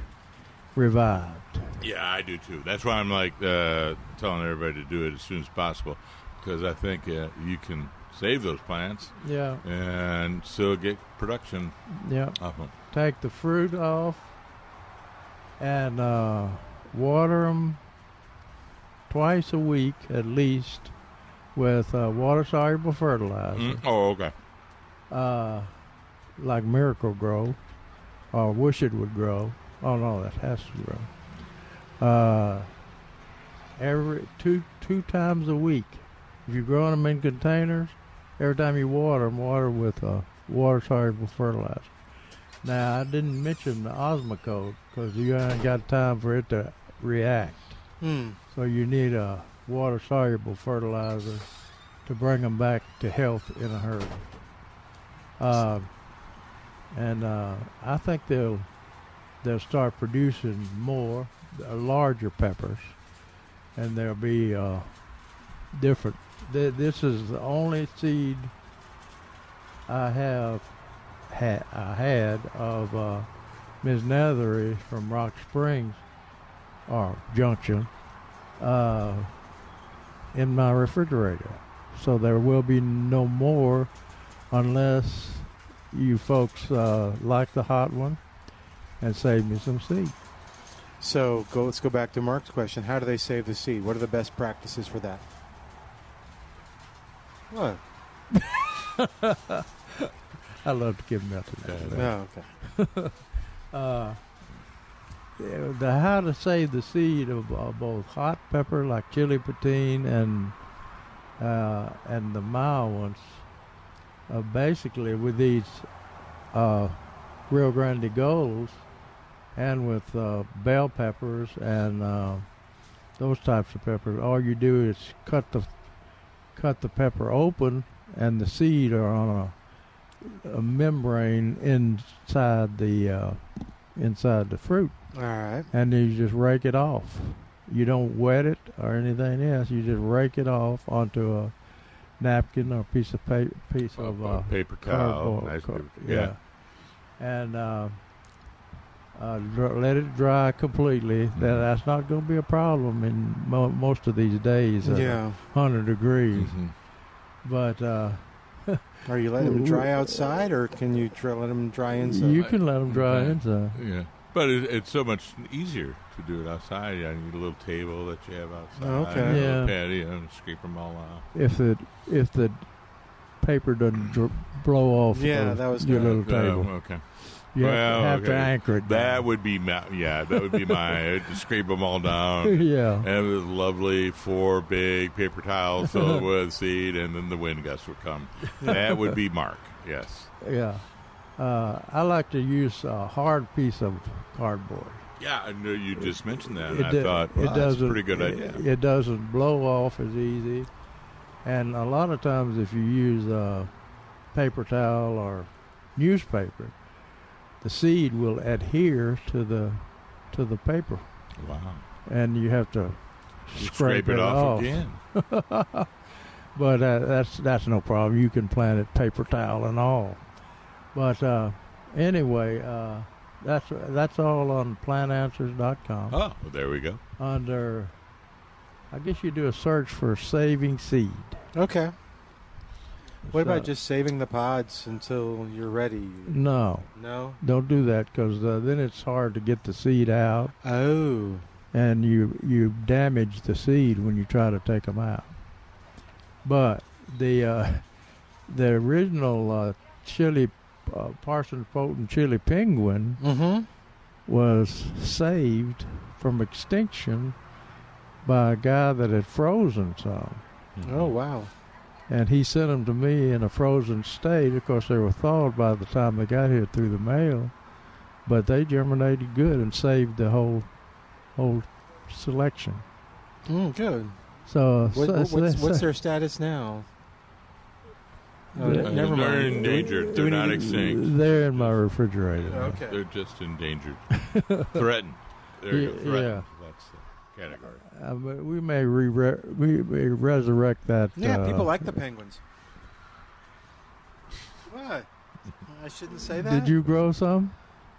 revived.
Yeah, I do too. That's why I'm like uh, telling everybody to do it as soon as possible because I think uh, you can save those plants.
Yeah.
And still get production
Yeah.
off them.
Take the fruit off and uh, water them twice a week at least with uh, water soluble fertilizer.
Oh, okay.
uh, like Miracle Grow, or Wish It Would Grow. Oh no, that has to grow. Uh, every two two times a week. If you're growing them in containers, every time you water them, water with uh, water soluble fertilizer. Now I didn't mention the osmocote because you ain't got time for it to react.
Hmm.
So you need a water soluble fertilizer to bring them back to health in a hurry. Uh, and uh, I think they'll they'll start producing more uh, larger peppers, and there'll be uh, different. Th- this is the only seed I have ha- I had of uh, Ms. Nethery from Rock Springs or Junction uh, in my refrigerator. So there will be no more unless you folks uh, like the hot one and save me some seed.
So go. Let's go back to Mark's question. How do they save the seed? What are the best practices for that? What?
I love to give nothing. out.
Oh,
No,
Oh, okay. *laughs* uh, yeah, the how to save the seed of uh, both hot pepper like chili patine and uh, and the mild ones. Uh, basically, with these uh, Rio Grande Golds and with uh, bell peppers and uh, those types of peppers, all you do is cut the cut the pepper open, and the seed are on a a membrane inside the uh, inside the fruit.
All right.
And then you just rake it off. You don't wet it or anything else. You just rake it off onto a napkin or piece of paper, piece of uh,
paper towel,
cardboard,
nice
car-
paper-
yeah. And uh, uh, dr- let it dry completely.
Mm-hmm.
That that's not going to be a problem in mo- most of these days. uh,
Yeah.
hundred degrees.
Mm-hmm.
But uh,
Are you letting them dry outside, or can you dry, let them dry inside?
You can let them dry uh, inside.
Yeah. But it, it's so much easier to do it outside. I need a little table that you have outside.
Oh, okay.
a little
Yeah.
patio and scrape them all out.
if the if the paper doesn't dr- blow off
Yeah,
of
that was
your
gonna-
little
Oh,
table.
okay.
You have to-
Well,
have to
okay.
anchor it
That would be my, yeah, that would be my I'd just scrape them all down.
Yeah.
and it was lovely four big paper towels filled with seed, and then the wind gusts would come. That would be Mark. Yes.
Yeah. Uh, I like to use a hard piece of cardboard.
Yeah, I know you just mentioned that. And I
do-
thought well, that's a pretty good
it-
idea.
It, doesn't blow off as easy, and a lot of times if you use a paper towel or newspaper, the seed will adhere to the to the paper.
Wow!
And you have to
You
scrape,
scrape it off again.
again. *laughs* but uh, that's that's no problem. You can plant it paper towel and all. But uh, anyway, uh, that's that's all on plantanswers.com
Oh, well, there we go.
under I guess you do a search for saving seed.
Okay. What about
So-
just saving the pods until you're ready?
No.
No.
Don't do that because uh, then it's hard to get the seed out.
Oh.
And you you damage the seed when you try to take them out. But the uh, *laughs* the original uh, chili uh, Parson Potent chili penguin
Mm-hmm.
was saved from extinction by a guy that had frozen some.
Oh wow.
And he sent them to me in a frozen state. Of course, they were thawed by the time they got here through the mail, but they germinated good and saved the whole whole selection.
Mm, good.
So,
What,
so-
what-
Uh, so
what's,
they-
what's
so-
their status now? Oh,
They're
never mind.
endangered.
Do
They're
we
not
need to-
extinct.
They're in my refrigerator.
They're just endangered. threatened. There you go.
Yeah,
Threatened. That's the category.
Uh, but we may re- re- we may resurrect that.
Yeah,
uh,
people like the penguins. What? I shouldn't say that.
Did you grow some?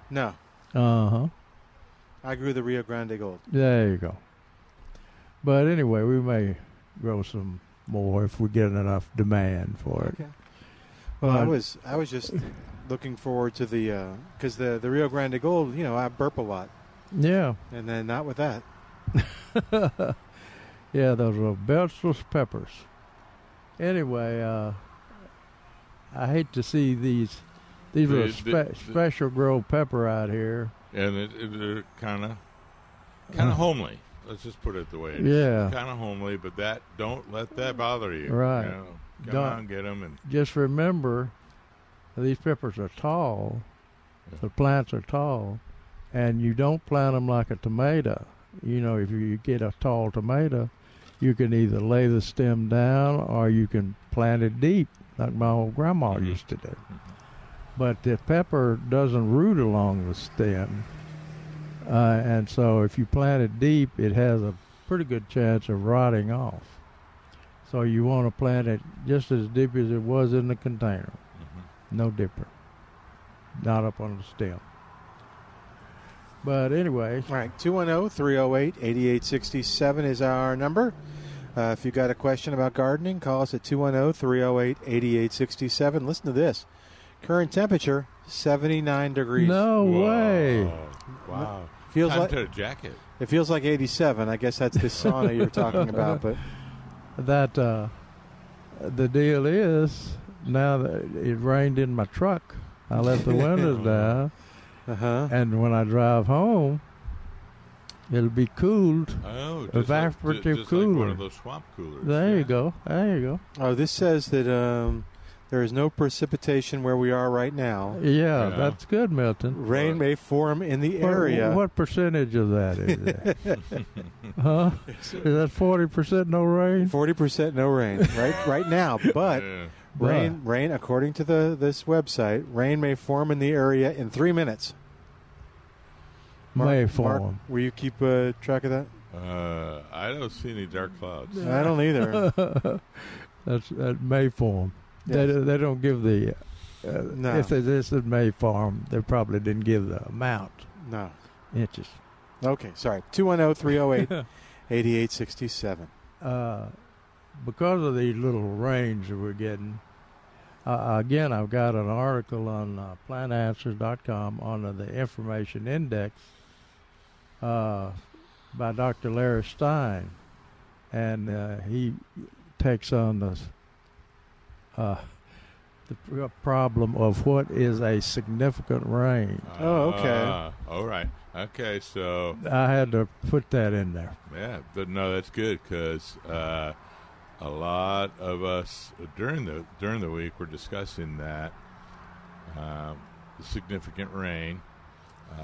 No,
Uh huh.
I grew the Rio Grande Gold.
There you go. But anyway, we may grow some more if we get enough demand for it.
Okay. Well, I
Uh,
was I was just looking forward to the because the the Rio Grande Gold. You know, I burp a lot,
Yeah,
and then not with that.
yeah, those are belchless peppers. Anyway, uh, I hate to see these. These are a
The-
spe-
the- the-
special grow pepper out here.
And it, it, they're kind of kind
Uh-huh.
Uh.
of homely. Let's just put it the way. it is.
Yeah.
Kind of homely, but that don't let that bother you.
Right.
You know, come
Don't-
on, get them and
Just remember, these peppers are tall. The plants are tall, and you don't plant them like a tomato. You know, if you get a tall tomato, you can either lay the stem down or you can plant it deep, like my old grandma
Mm-hmm.
used to do. But the pepper doesn't root along the stem, uh, and so if you plant it deep, it has a pretty good chance of rotting off. So you want to plant it just as deep as it was in the container, no dipper, not up on the stem. But anyway.
All right, oh, 210 308 8867 is our number. Uh, if you got a question about gardening, call us at oh, 210 308 8867. Listen to this current temperature 79 degrees.
No
Whoa.
way.
Wow.
Feels
Time
like-
to jacket.
It feels like 87. I guess that's the sauna
*laughs*
you're talking about, but
that uh, the deal is now that it rained in my truck, I left the
*laughs*
windows down,
uh-huh.
and when I drive home, it'll be cooled,
Oh, just like- ju-
evaporative
just like
cooler.
one of those swamp coolers.
there you go. There you go.
oh, this says that um, there is no precipitation where we are right now.
Yeah,
Yeah.
that's good, Milton.
Rain may form in the area.
What, what percentage of that is that? huh? Is that forty percent no rain?
Forty percent no rain right right now, but
*laughs* Yeah.
rain rain according to the this website, rain may form in the area in three minutes.
May
Mark,
form.
will you keep uh, track of that?
Uh, I don't see any dark clouds.
I don't
*laughs*
either.
*laughs* That's that may form. They
Yes.
they don't give the uh,
No.
if they this is may form. They probably didn't give the amount
No.
inches.
Okay. Sorry. oh, 210-308-8867.
uh, because of these little rains that we're getting, uh, again, I've got an article on uh, plantanswers.com on the information index uh, by Dr. Larry Stein. And uh, he takes on the, uh, the pr- problem of what is a significant rain.
Oh, okay.
Ah, all right. Okay, so
I had to put that in there.
yeah, but no, that's good because uh, a lot of us during the during the week were discussing that um, significant rain. Uh,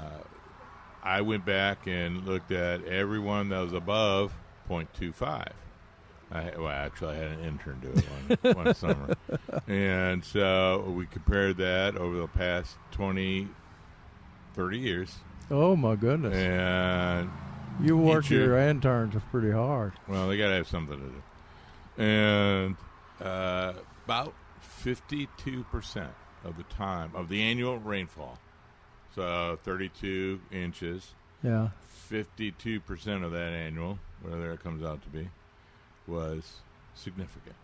I went back and looked at everyone that was above 0.25. I, well, actually, I had an intern do it
*laughs*
one, one summer. And so we compared that over the past 20, 30 years.
Oh, my goodness.
And
you work
you-
your interns pretty hard.
well, they got to have something to do. And uh, about 52% of the time of the annual rainfall, so 32 inches,
Yeah.
52% of that annual, whatever it comes out to be, was significant.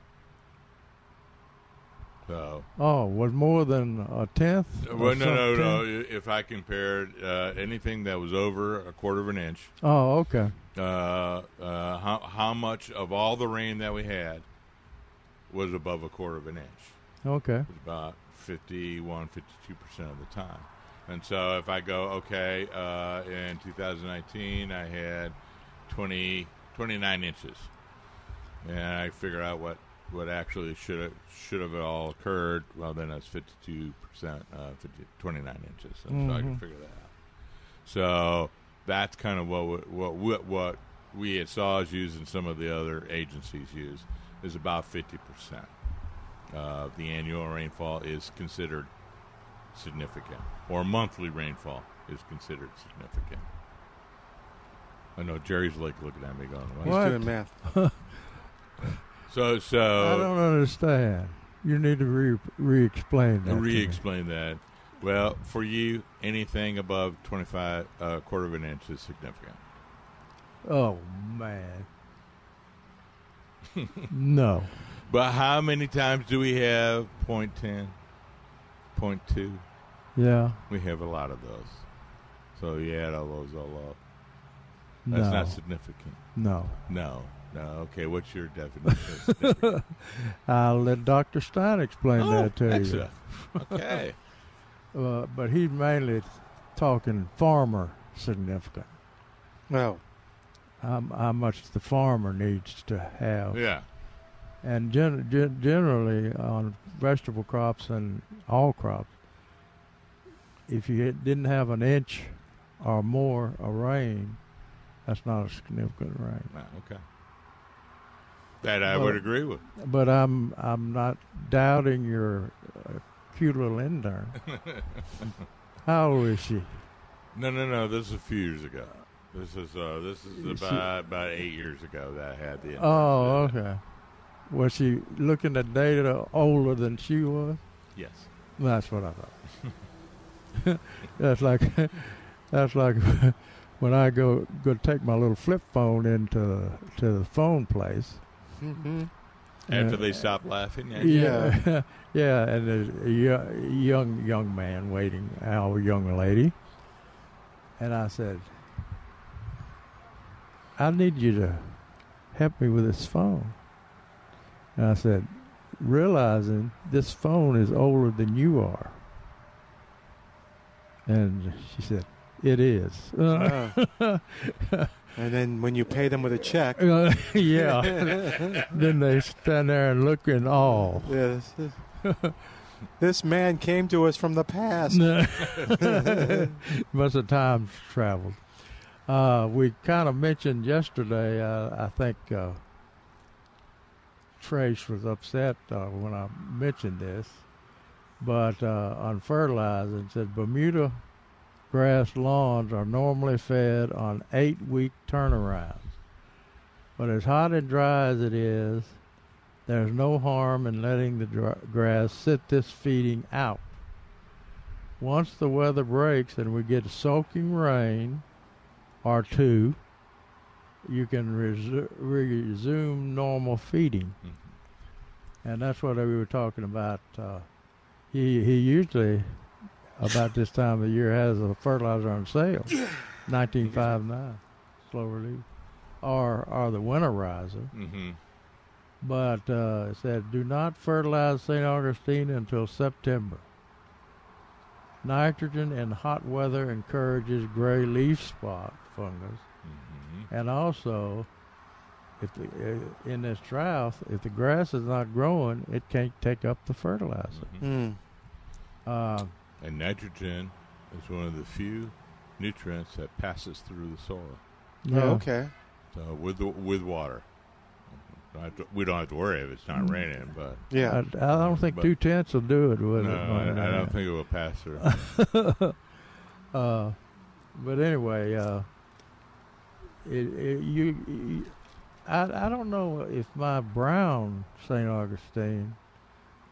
So, uh,
Oh, was more than a tenth? or
well, no, no,
something?
no. If I compared uh, anything that was over a quarter of an inch,
Oh, okay.
uh, uh, how, how much of all the rain that we had was above a quarter of an inch.
Okay.
It was about 51, 52% of the time. And so if I go, okay, uh, in 2019, I had 20, 29 inches. And I figure out what, what actually should have, should have all occurred. Well, then that's 52%, uh, 50, 29 inches. And so I
Mm-hmm.
can figure that out. So that's kind of what we- what what what we at Saws use and some of the other agencies use is about fifty percent. uh, the annual rainfall is considered significant, or monthly rainfall is considered significant. I know Jerry's like looking at me going, "What?"
He's What? doing math.
so, so
*laughs* I don't understand. You need to re re-explain that. to me.
Re-explain that. Well, for you, anything above twenty-five, uh, quarter of an inch is significant.
Oh man. *laughs* no.
But how many times do we have point ten, point two?
Yeah.
We have a lot of those. So you add all those all up. That's
No.
not significant.
No.
No. No. Okay. What's your definition? of
*laughs*
significant?
I'll let Doctor Stein explain that to
Oh, excellent. Okay.
you. Uh, but he's mainly talking farmer significant.
No.
How, how much the farmer needs to have.
Yeah.
And gen- gen- generally on vegetable crops and all crops, if you had- didn't have an inch or more of rain, that's not a significant rain.
Wow, okay. That I would
But-
agree with.
But I'm I'm not doubting your uh, cute little
*laughs*
intern. How old is she?
No, no, no. This is a few years ago. This is uh, this is
See-
about about eight years ago that I had the.
Oh, okay. Was she looking at data older than she was?
Yes.
That's what I thought. *laughs* that's like that's like *laughs* when I go go take my little flip phone into to the phone place.
After
and-
they stopped laughing, yeah.
Mm-hmm. yeah, *laughs* yeah, and there's a yo- young young man waiting, our young lady, and I
*laughs*
said, "I need you to help me with this phone." And I said, realizing this phone is older than you are, and she said, "It is."
Oh. and then when you pay them with a check,
Uh, *laughs* *laughs*
*laughs*
yeah. *laughs* then they stand there and look in awe.
Yes. this man came to us from the past. *laughs*
Must have time traveled. Uh, we kind of mentioned yesterday. Uh, I think uh, Trace was upset uh, when I mentioned this, but uh, on fertilizer, it said Bermuda grass lawns are normally fed on eight-week turnarounds. But as hot and dry as it is, there's no harm in letting the dr- grass sit this feeding out. Once the weather breaks and we get soaking rain or two, you can resu- resume normal feeding. And that's what we were talking about. Uh, he, he usually, about this time of year, has a fertilizer on sale, 19.59, slow release, or, or the winterizer.
Mm-hmm.
But uh, it said, do not fertilize St. Augustine until September. Nitrogen in hot weather encourages gray leaf spot fungus,
Mm-hmm.
and also, if the, uh, in this drought, if the grass is not growing, it can't take up the fertilizer.
Mm-hmm.
Mm.
*laughs* Uh,
And nitrogen is one of the few nutrients that passes through the soil.
Yeah.
Oh, okay.
So with the, with water, Don't have to- we don't have to worry if it's
Mm.
not raining. But
I, I don't think
But-
two tenths will do it, would
no,
it?
I, I don't think it will pass through.
*laughs* uh, but anyway, uh, it, it, you, you I, I don't know if my brown St. Augustine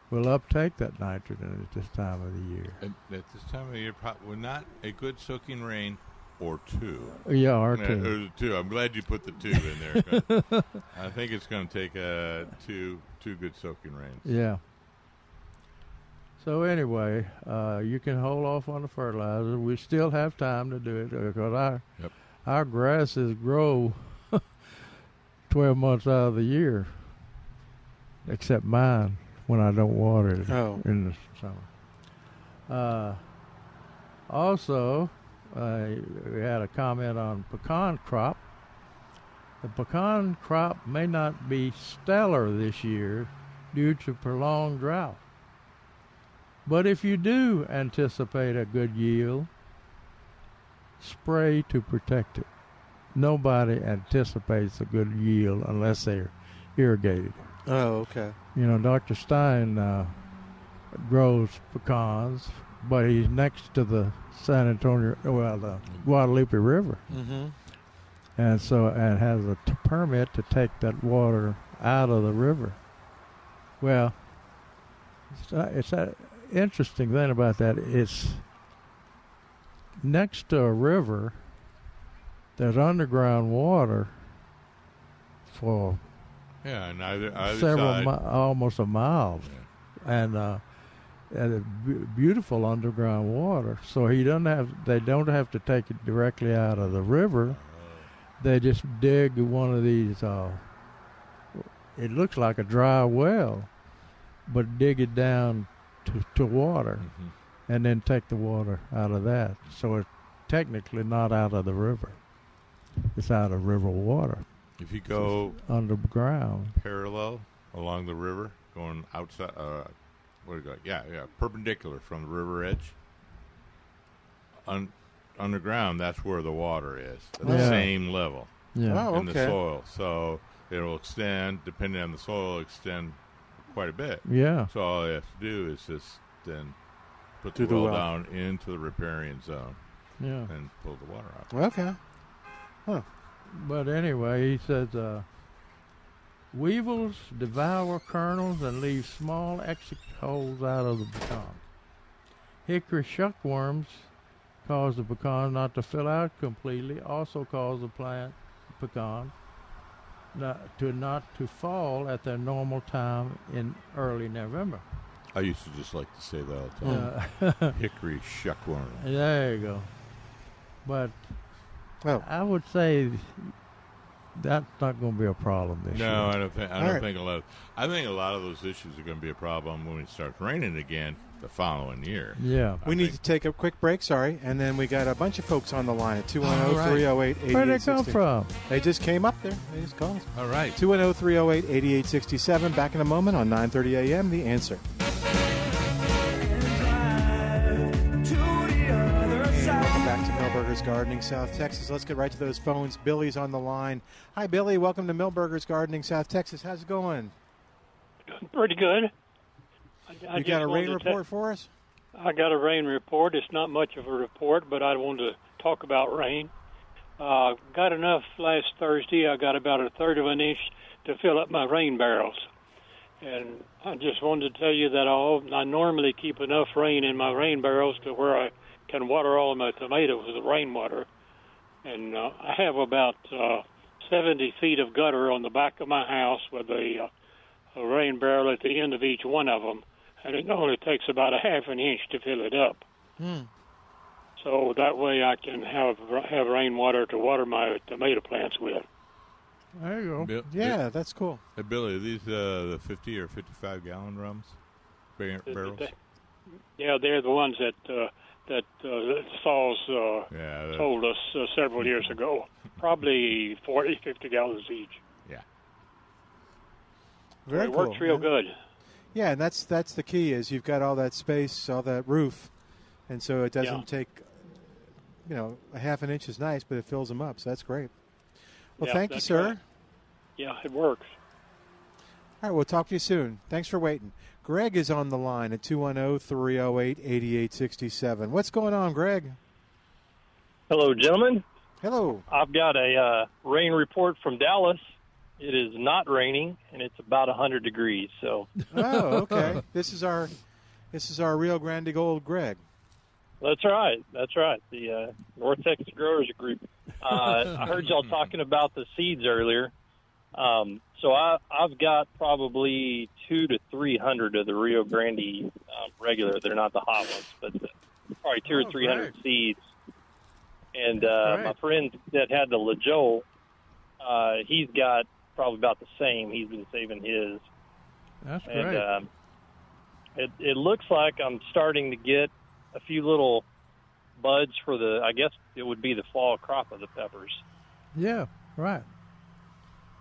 will uptake that nitrogen at this time of the year.
And at this time of year, probably not a good soaking rain or two.
Yeah, or
Yeah,
two.
or two. I'm glad you put the two in
*laughs*
there. I think it's going to take uh, two two good soaking rains.
Yeah. So anyway, uh, you can hold off on the fertilizer. We still have time to do it because our
Yep.
our grasses grow *laughs* twelve months out of the year, except mine when I don't water it
Oh.
in the summer. Uh, also, uh, we had a comment on pecan crop. The pecan crop may not be stellar this year due to prolonged drought. But if you do anticipate a good yield, spray to protect it. Nobody anticipates a good yield unless they're irrigated.
*laughs* Oh, okay.
You know, Dr. Stein uh, grows pecans, but he's next to the San Antonio, well, the Guadalupe River.
Mm-hmm.
Mhm.
And so, and has a t- permit to take that water out of the river. Well, it's, not, it's an interesting thing about that. It's next to a river, there's underground water for
Yeah, and either, either
several
side.
mi- almost a mile, and uh, and a bu- beautiful underground water. So he doesn't have they don't have to take it directly out of the river.
Uh-huh.
They just dig one of these. Uh, it looks like a dry well, but dig it down to, to water,
Mm-hmm.
and then take the water out of that. So it's technically not out of the river. It's out of river water.
If you go
underground,
parallel along the river, going outside. Uh, what do you call it? Yeah, yeah, perpendicular from the river edge. Un- underground, that's where the water is. At the
Yeah.
same level.
Yeah. Oh,
In the
okay.
soil, so it'll extend depending on the soil, it'll extend quite a bit.
Yeah.
So all you have to do is just then put
Do
the
the
well,
well.
down into the riparian zone.
Yeah.
And pull the water out.
Okay. Huh.
But anyway, he says uh, weevils devour kernels and leave small exit holes out of the pecan. Hickory shuckworms cause the pecan not to fill out completely, also cause the plant pecan not, to not to fall at their normal time in early November.
I used to just like to say that all the
*laughs*
time. Hickory shuckworm.
There you go. But I would say that's not going to be a problem this year.
No, I don't think. I
All
don't
right.
think a lot. Of, I think a lot of those issues are going to be a problem when it starts raining again the following year.
We need to take a quick break, sorry, and then we got a bunch of folks on the line at oh, 210 308
All right. Where'd they come from?
They just came up there. oh, They just called.
All right.
210 308 8867. Back in a moment on 9.30 a.m. The answer. Welcome back to Millburgers Gardening South Texas. Let's get right to those phones. Billy's on the line. Hi, Billy. Welcome to Millburgers Gardening South Texas. How's it going?
Pretty good. I,
You
just
got a
wanted
rain
to
report
ta-
for us?
I got a rain report. It's not much of a report, but I wanted to talk about rain. Uh, got enough last Thursday. I got about a third of an inch to fill up my rain barrels. And I just wanted to tell you that I'll, I normally keep enough rain in my rain barrels to where I can water all of my tomatoes with rainwater. And uh, I have about uh, 70 feet of gutter on the back of my house with a uh, a rain barrel at the end of each one of them, and it only takes about a half an inch to fill it up. So that way I can have have rainwater to water my tomato plants with.
There you go.
Bill-
yeah,
Bill-
that's cool.
Hey, Billy, are these uh, the fifty or fifty-five gallon rums, Bar- barrels.
Yeah, they're the ones that uh, that uh, Saul's uh,
Yeah, that-
told us uh, several years ago. Probably 40, 50 gallons each.
Yeah.
Very
it
cool.
works real
yeah.
good.
Yeah, and that's that's the key is you've got all that space, all that roof, and so it doesn't
Yeah.
take. You know, a half an inch is nice, but it fills them up, so that's great. Well,
Yeah,
thank you,
that's
sir.
right. Yeah, it works.
All right, we'll talk to you soon. Thanks for waiting. Greg is on the line at 210 308 8867. What's going on, Greg?
Hello, gentlemen.
Hello.
I've got a uh, rain report from Dallas. It is not raining, and it's about 100 degrees. So
Oh, okay. this is our this is our Rio Grande Gold Greg.
that's right. That's right. The uh, North Texas Growers Group.
*laughs*
Uh, I heard y'all talking about the seeds earlier. Um, so I, I've got probably two to 300 of the Rio Grande um, regular. They're not the hot ones, but the, probably two
Oh,
or 300 seeds. And uh,
That's
my
great.
friend that had the Lajol, uh, he's got probably about the same. He's been saving his.
That's
And
great.
um, it it looks like I'm starting to get a few little buds for the. I guess it would be the fall crop of the peppers.
Yeah, right.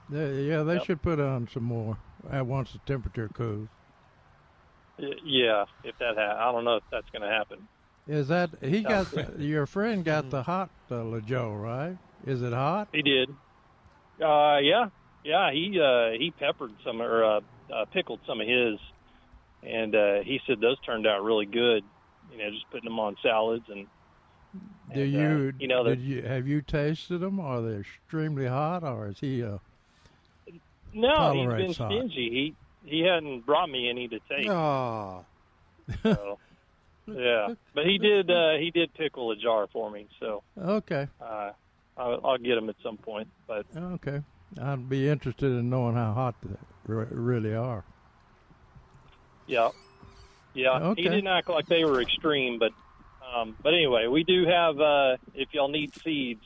They, yeah, they
Yep.
should put on some more uh, once the temperature cools.
Y- Yeah, if that ha- I don't know if that's going to happen.
Is that he
Yeah.
got
*laughs*
your friend
Mm-hmm.
got the hot uh, Lejo, right? Is it hot?
He did. Uh, yeah, yeah. He uh, he peppered some or uh, uh, pickled some of his, and uh, he said those turned out really good. You know, just putting them on salads and
Do
And,
you,
uh, you know,
did
the-
you have you tasted them? Are they extremely hot, or is he? Uh,
no, he's been
Tolerates hot.
stingy. He he hadn't brought me any to taste.
oh,
So, yeah, but he did. Uh, he did pickle a jar for me, so
okay,
uh, I'll, I'll get him at some point. But
okay. I'd be interested in knowing how hot they re- really are.
yeah, yeah, he
Okay.
didn't act like they were extreme. But um, but anyway, we do have. Uh, if y'all need seeds,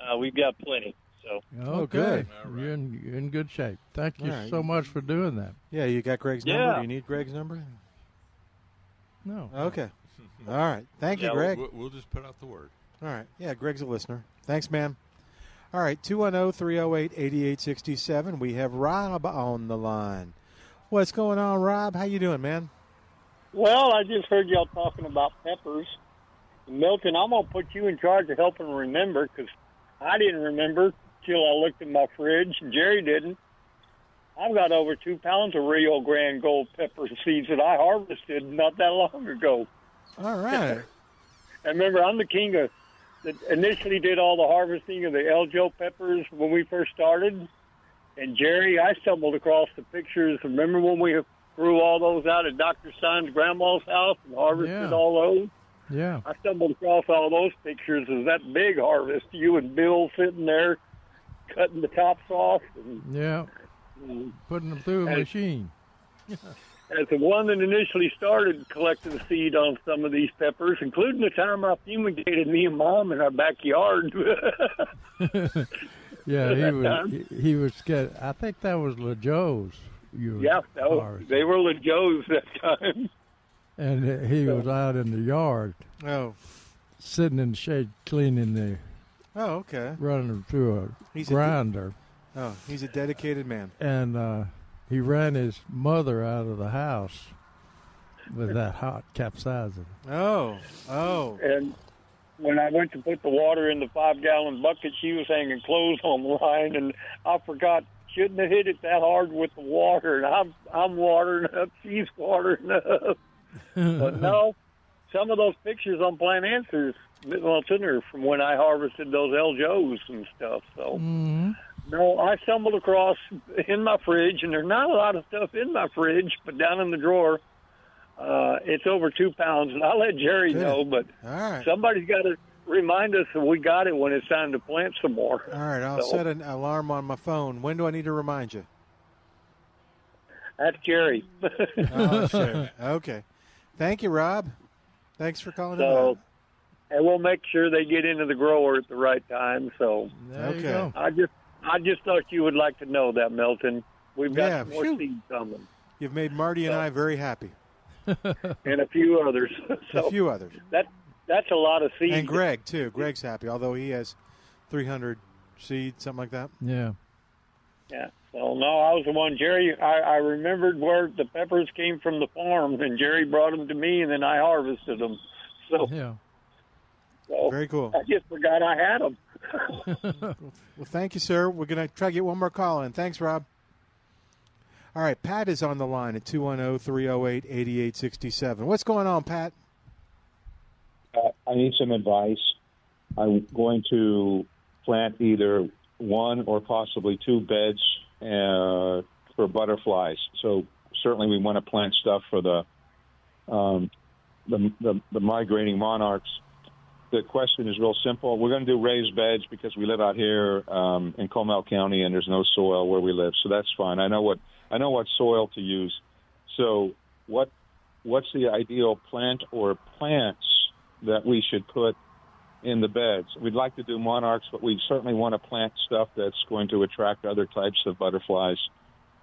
uh, we've got plenty. So
Oh, good. You're in, you're in good shape. Thank you
All right.
so much for doing that.
Yeah, you got Greg's
Yeah.
number. Do you need Greg's number?
No.
Okay. All right. Thank you,
Yeah,
Greg.
We'll, we'll just put out the word.
All right. Yeah, Greg's a listener. Thanks, ma'am. All right. oh, 210 308 8867. We have Rob on the line. What's going on, Rob? How you doing, man?
Well, I just heard y'all talking about peppers. Milton, I'm going to put you in charge of helping remember because I didn't remember till I looked in my fridge. Jerry didn't. I've got over two pounds of Rio Grande Gold pepper seeds that I harvested not that long ago.
All right.
And remember, I'm the king of that initially did all the harvesting of the Eljo peppers when we first started. And Jerry, I stumbled across the pictures. Remember when we grew all those out at Dr. Stein's grandma's house and harvested
Yeah.
all those?
Yeah.
I stumbled across all those pictures of that big harvest. You and Bill sitting there cutting the tops off. And,
Yeah.
and
Putting them through a
And-
machine. *laughs*
as the one that initially started collecting seed on some of these peppers, including the time I fumigated me and mom in our backyard. *laughs*
Yeah, he
That
was.
time?
He, he was scared. I think that was LeJoe's. You
yeah, that was, they were La Joe's that time.
and he was out in the yard.
Oh.
Sitting in the shade, cleaning the,
Oh, okay.
running through a
He's a-
grinder,
Oh, he's a dedicated man.
and uh, he ran his mother out of the house with that hot capsizing.
Oh, oh.
And when I went to put the water in the five gallon bucket, she was hanging clothes on the line, and I forgot. Shouldn't have hit it that hard with the water, and I'm I'm watering up. She's watering up.
Uh-huh.
but *laughs* no, some of those pictures on Plant Answers, well, it's in there from when I harvested those LJOs and stuff. So
Oh.
no, I stumbled across in my fridge, and there's not a lot of stuff in my fridge, but down in the drawer, uh, it's over two pounds. And I'll let Jerry know, but somebody's got to remind us that we got it when it's time to plant some more.
All right. I'll
So,
set an alarm on my phone. When do I need to remind you?
That's Jerry. *laughs*
Oh, sure. Okay. Thank you, Rob. Thanks for calling in.
so, and we'll make sure they get into the grower at the right time. So,
There you Okay. go.
I just I just thought you would like to know that, Milton. We've got
Yeah,
some more
phew.
seeds coming
You've made Marty and I very happy.
and a few others. *laughs* so
a few others.
That that's a lot of seeds.
And Greg, too. Greg's happy, although he has 300 seeds, something like that.
Yeah.
Yeah. Well, no, I was the one. Jerry, I, I remembered where the peppers came from the farm, and Jerry brought them to me, and then I harvested them. So,
Yeah.
so
Very cool.
I just forgot I had them.
Well, thank you, sir. We're going to try to get one more call in. Thanks, Rob. All right, Pat is on the line at oh, 210 308 8867. What's going on, Pat?
uh, I need some advice. I'm going to plant either one or possibly two beds uh, for butterflies. So certainly we want to plant stuff for the um, the, the the migrating monarchs. The question is real simple. We're going to do raised beds because we live out here um, in Comal County and there's no soil where we live, so that's fine. I know what I know what soil to use. So what what's the ideal plant or plants that we should put in the beds. We'd like to do monarchs, but we certainly want to plant stuff that's going to attract other types of butterflies,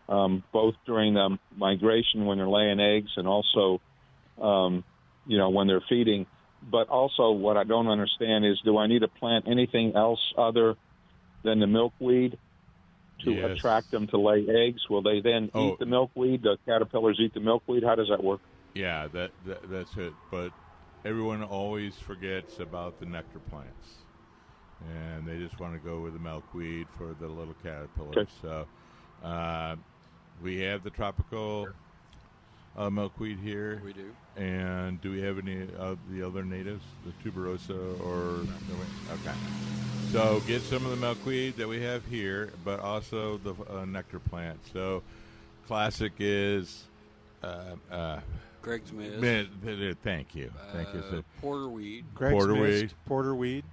um, both during the migration when they're laying eggs and also, um, you know, when they're feeding. But also, what I don't understand is, do I need to plant anything else other than the milkweed to attract them to lay eggs? Will they then eat the milkweed? The caterpillars eat the milkweed. How does that work?
Yeah, that, that that's it. But everyone always forgets about the nectar plants, and they just want to go with the milkweed for the little caterpillars. So, uh, We have the tropical uh, milkweed here.
We do.
And do we have any of the other natives, the tuberosa or no, wait, okay? So get some of the milkweed that we have here, but also the uh, nectar plant. So classic is uh, uh,
Greg's Mist.
Mist, uh, Thank you, thank you.
Uh,
So
porterweed.
Greg's Uh,
porterweed,
Mist, porterweed,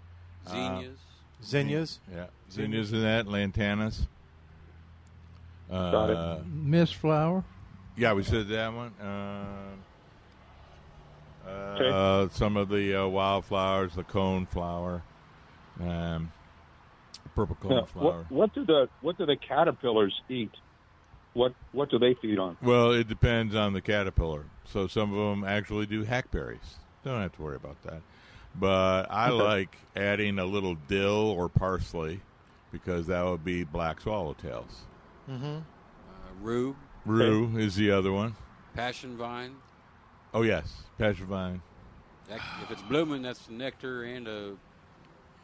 Zinnias.
zinnias,
yeah, zinnias in that lantanas.
Got it.
Uh,
Miss Flower.
Yeah, we said that one. Uh, uh,
Okay.
Some of the uh, wildflowers, the cone flower, um, purple cone
Yeah,
flower.
What, what do the what do the caterpillars eat? What what do they feed on?
Well, it depends on the caterpillar. So some of them actually do hackberries. Don't have to worry about that. But I
Okay.
like adding a little dill or parsley because that would be black swallowtails.
Mm-hmm. Uh, rube.
Rue is the other one.
Passion vine.
Oh, yes, passion vine.
That, if it's blooming, that's nectar and a,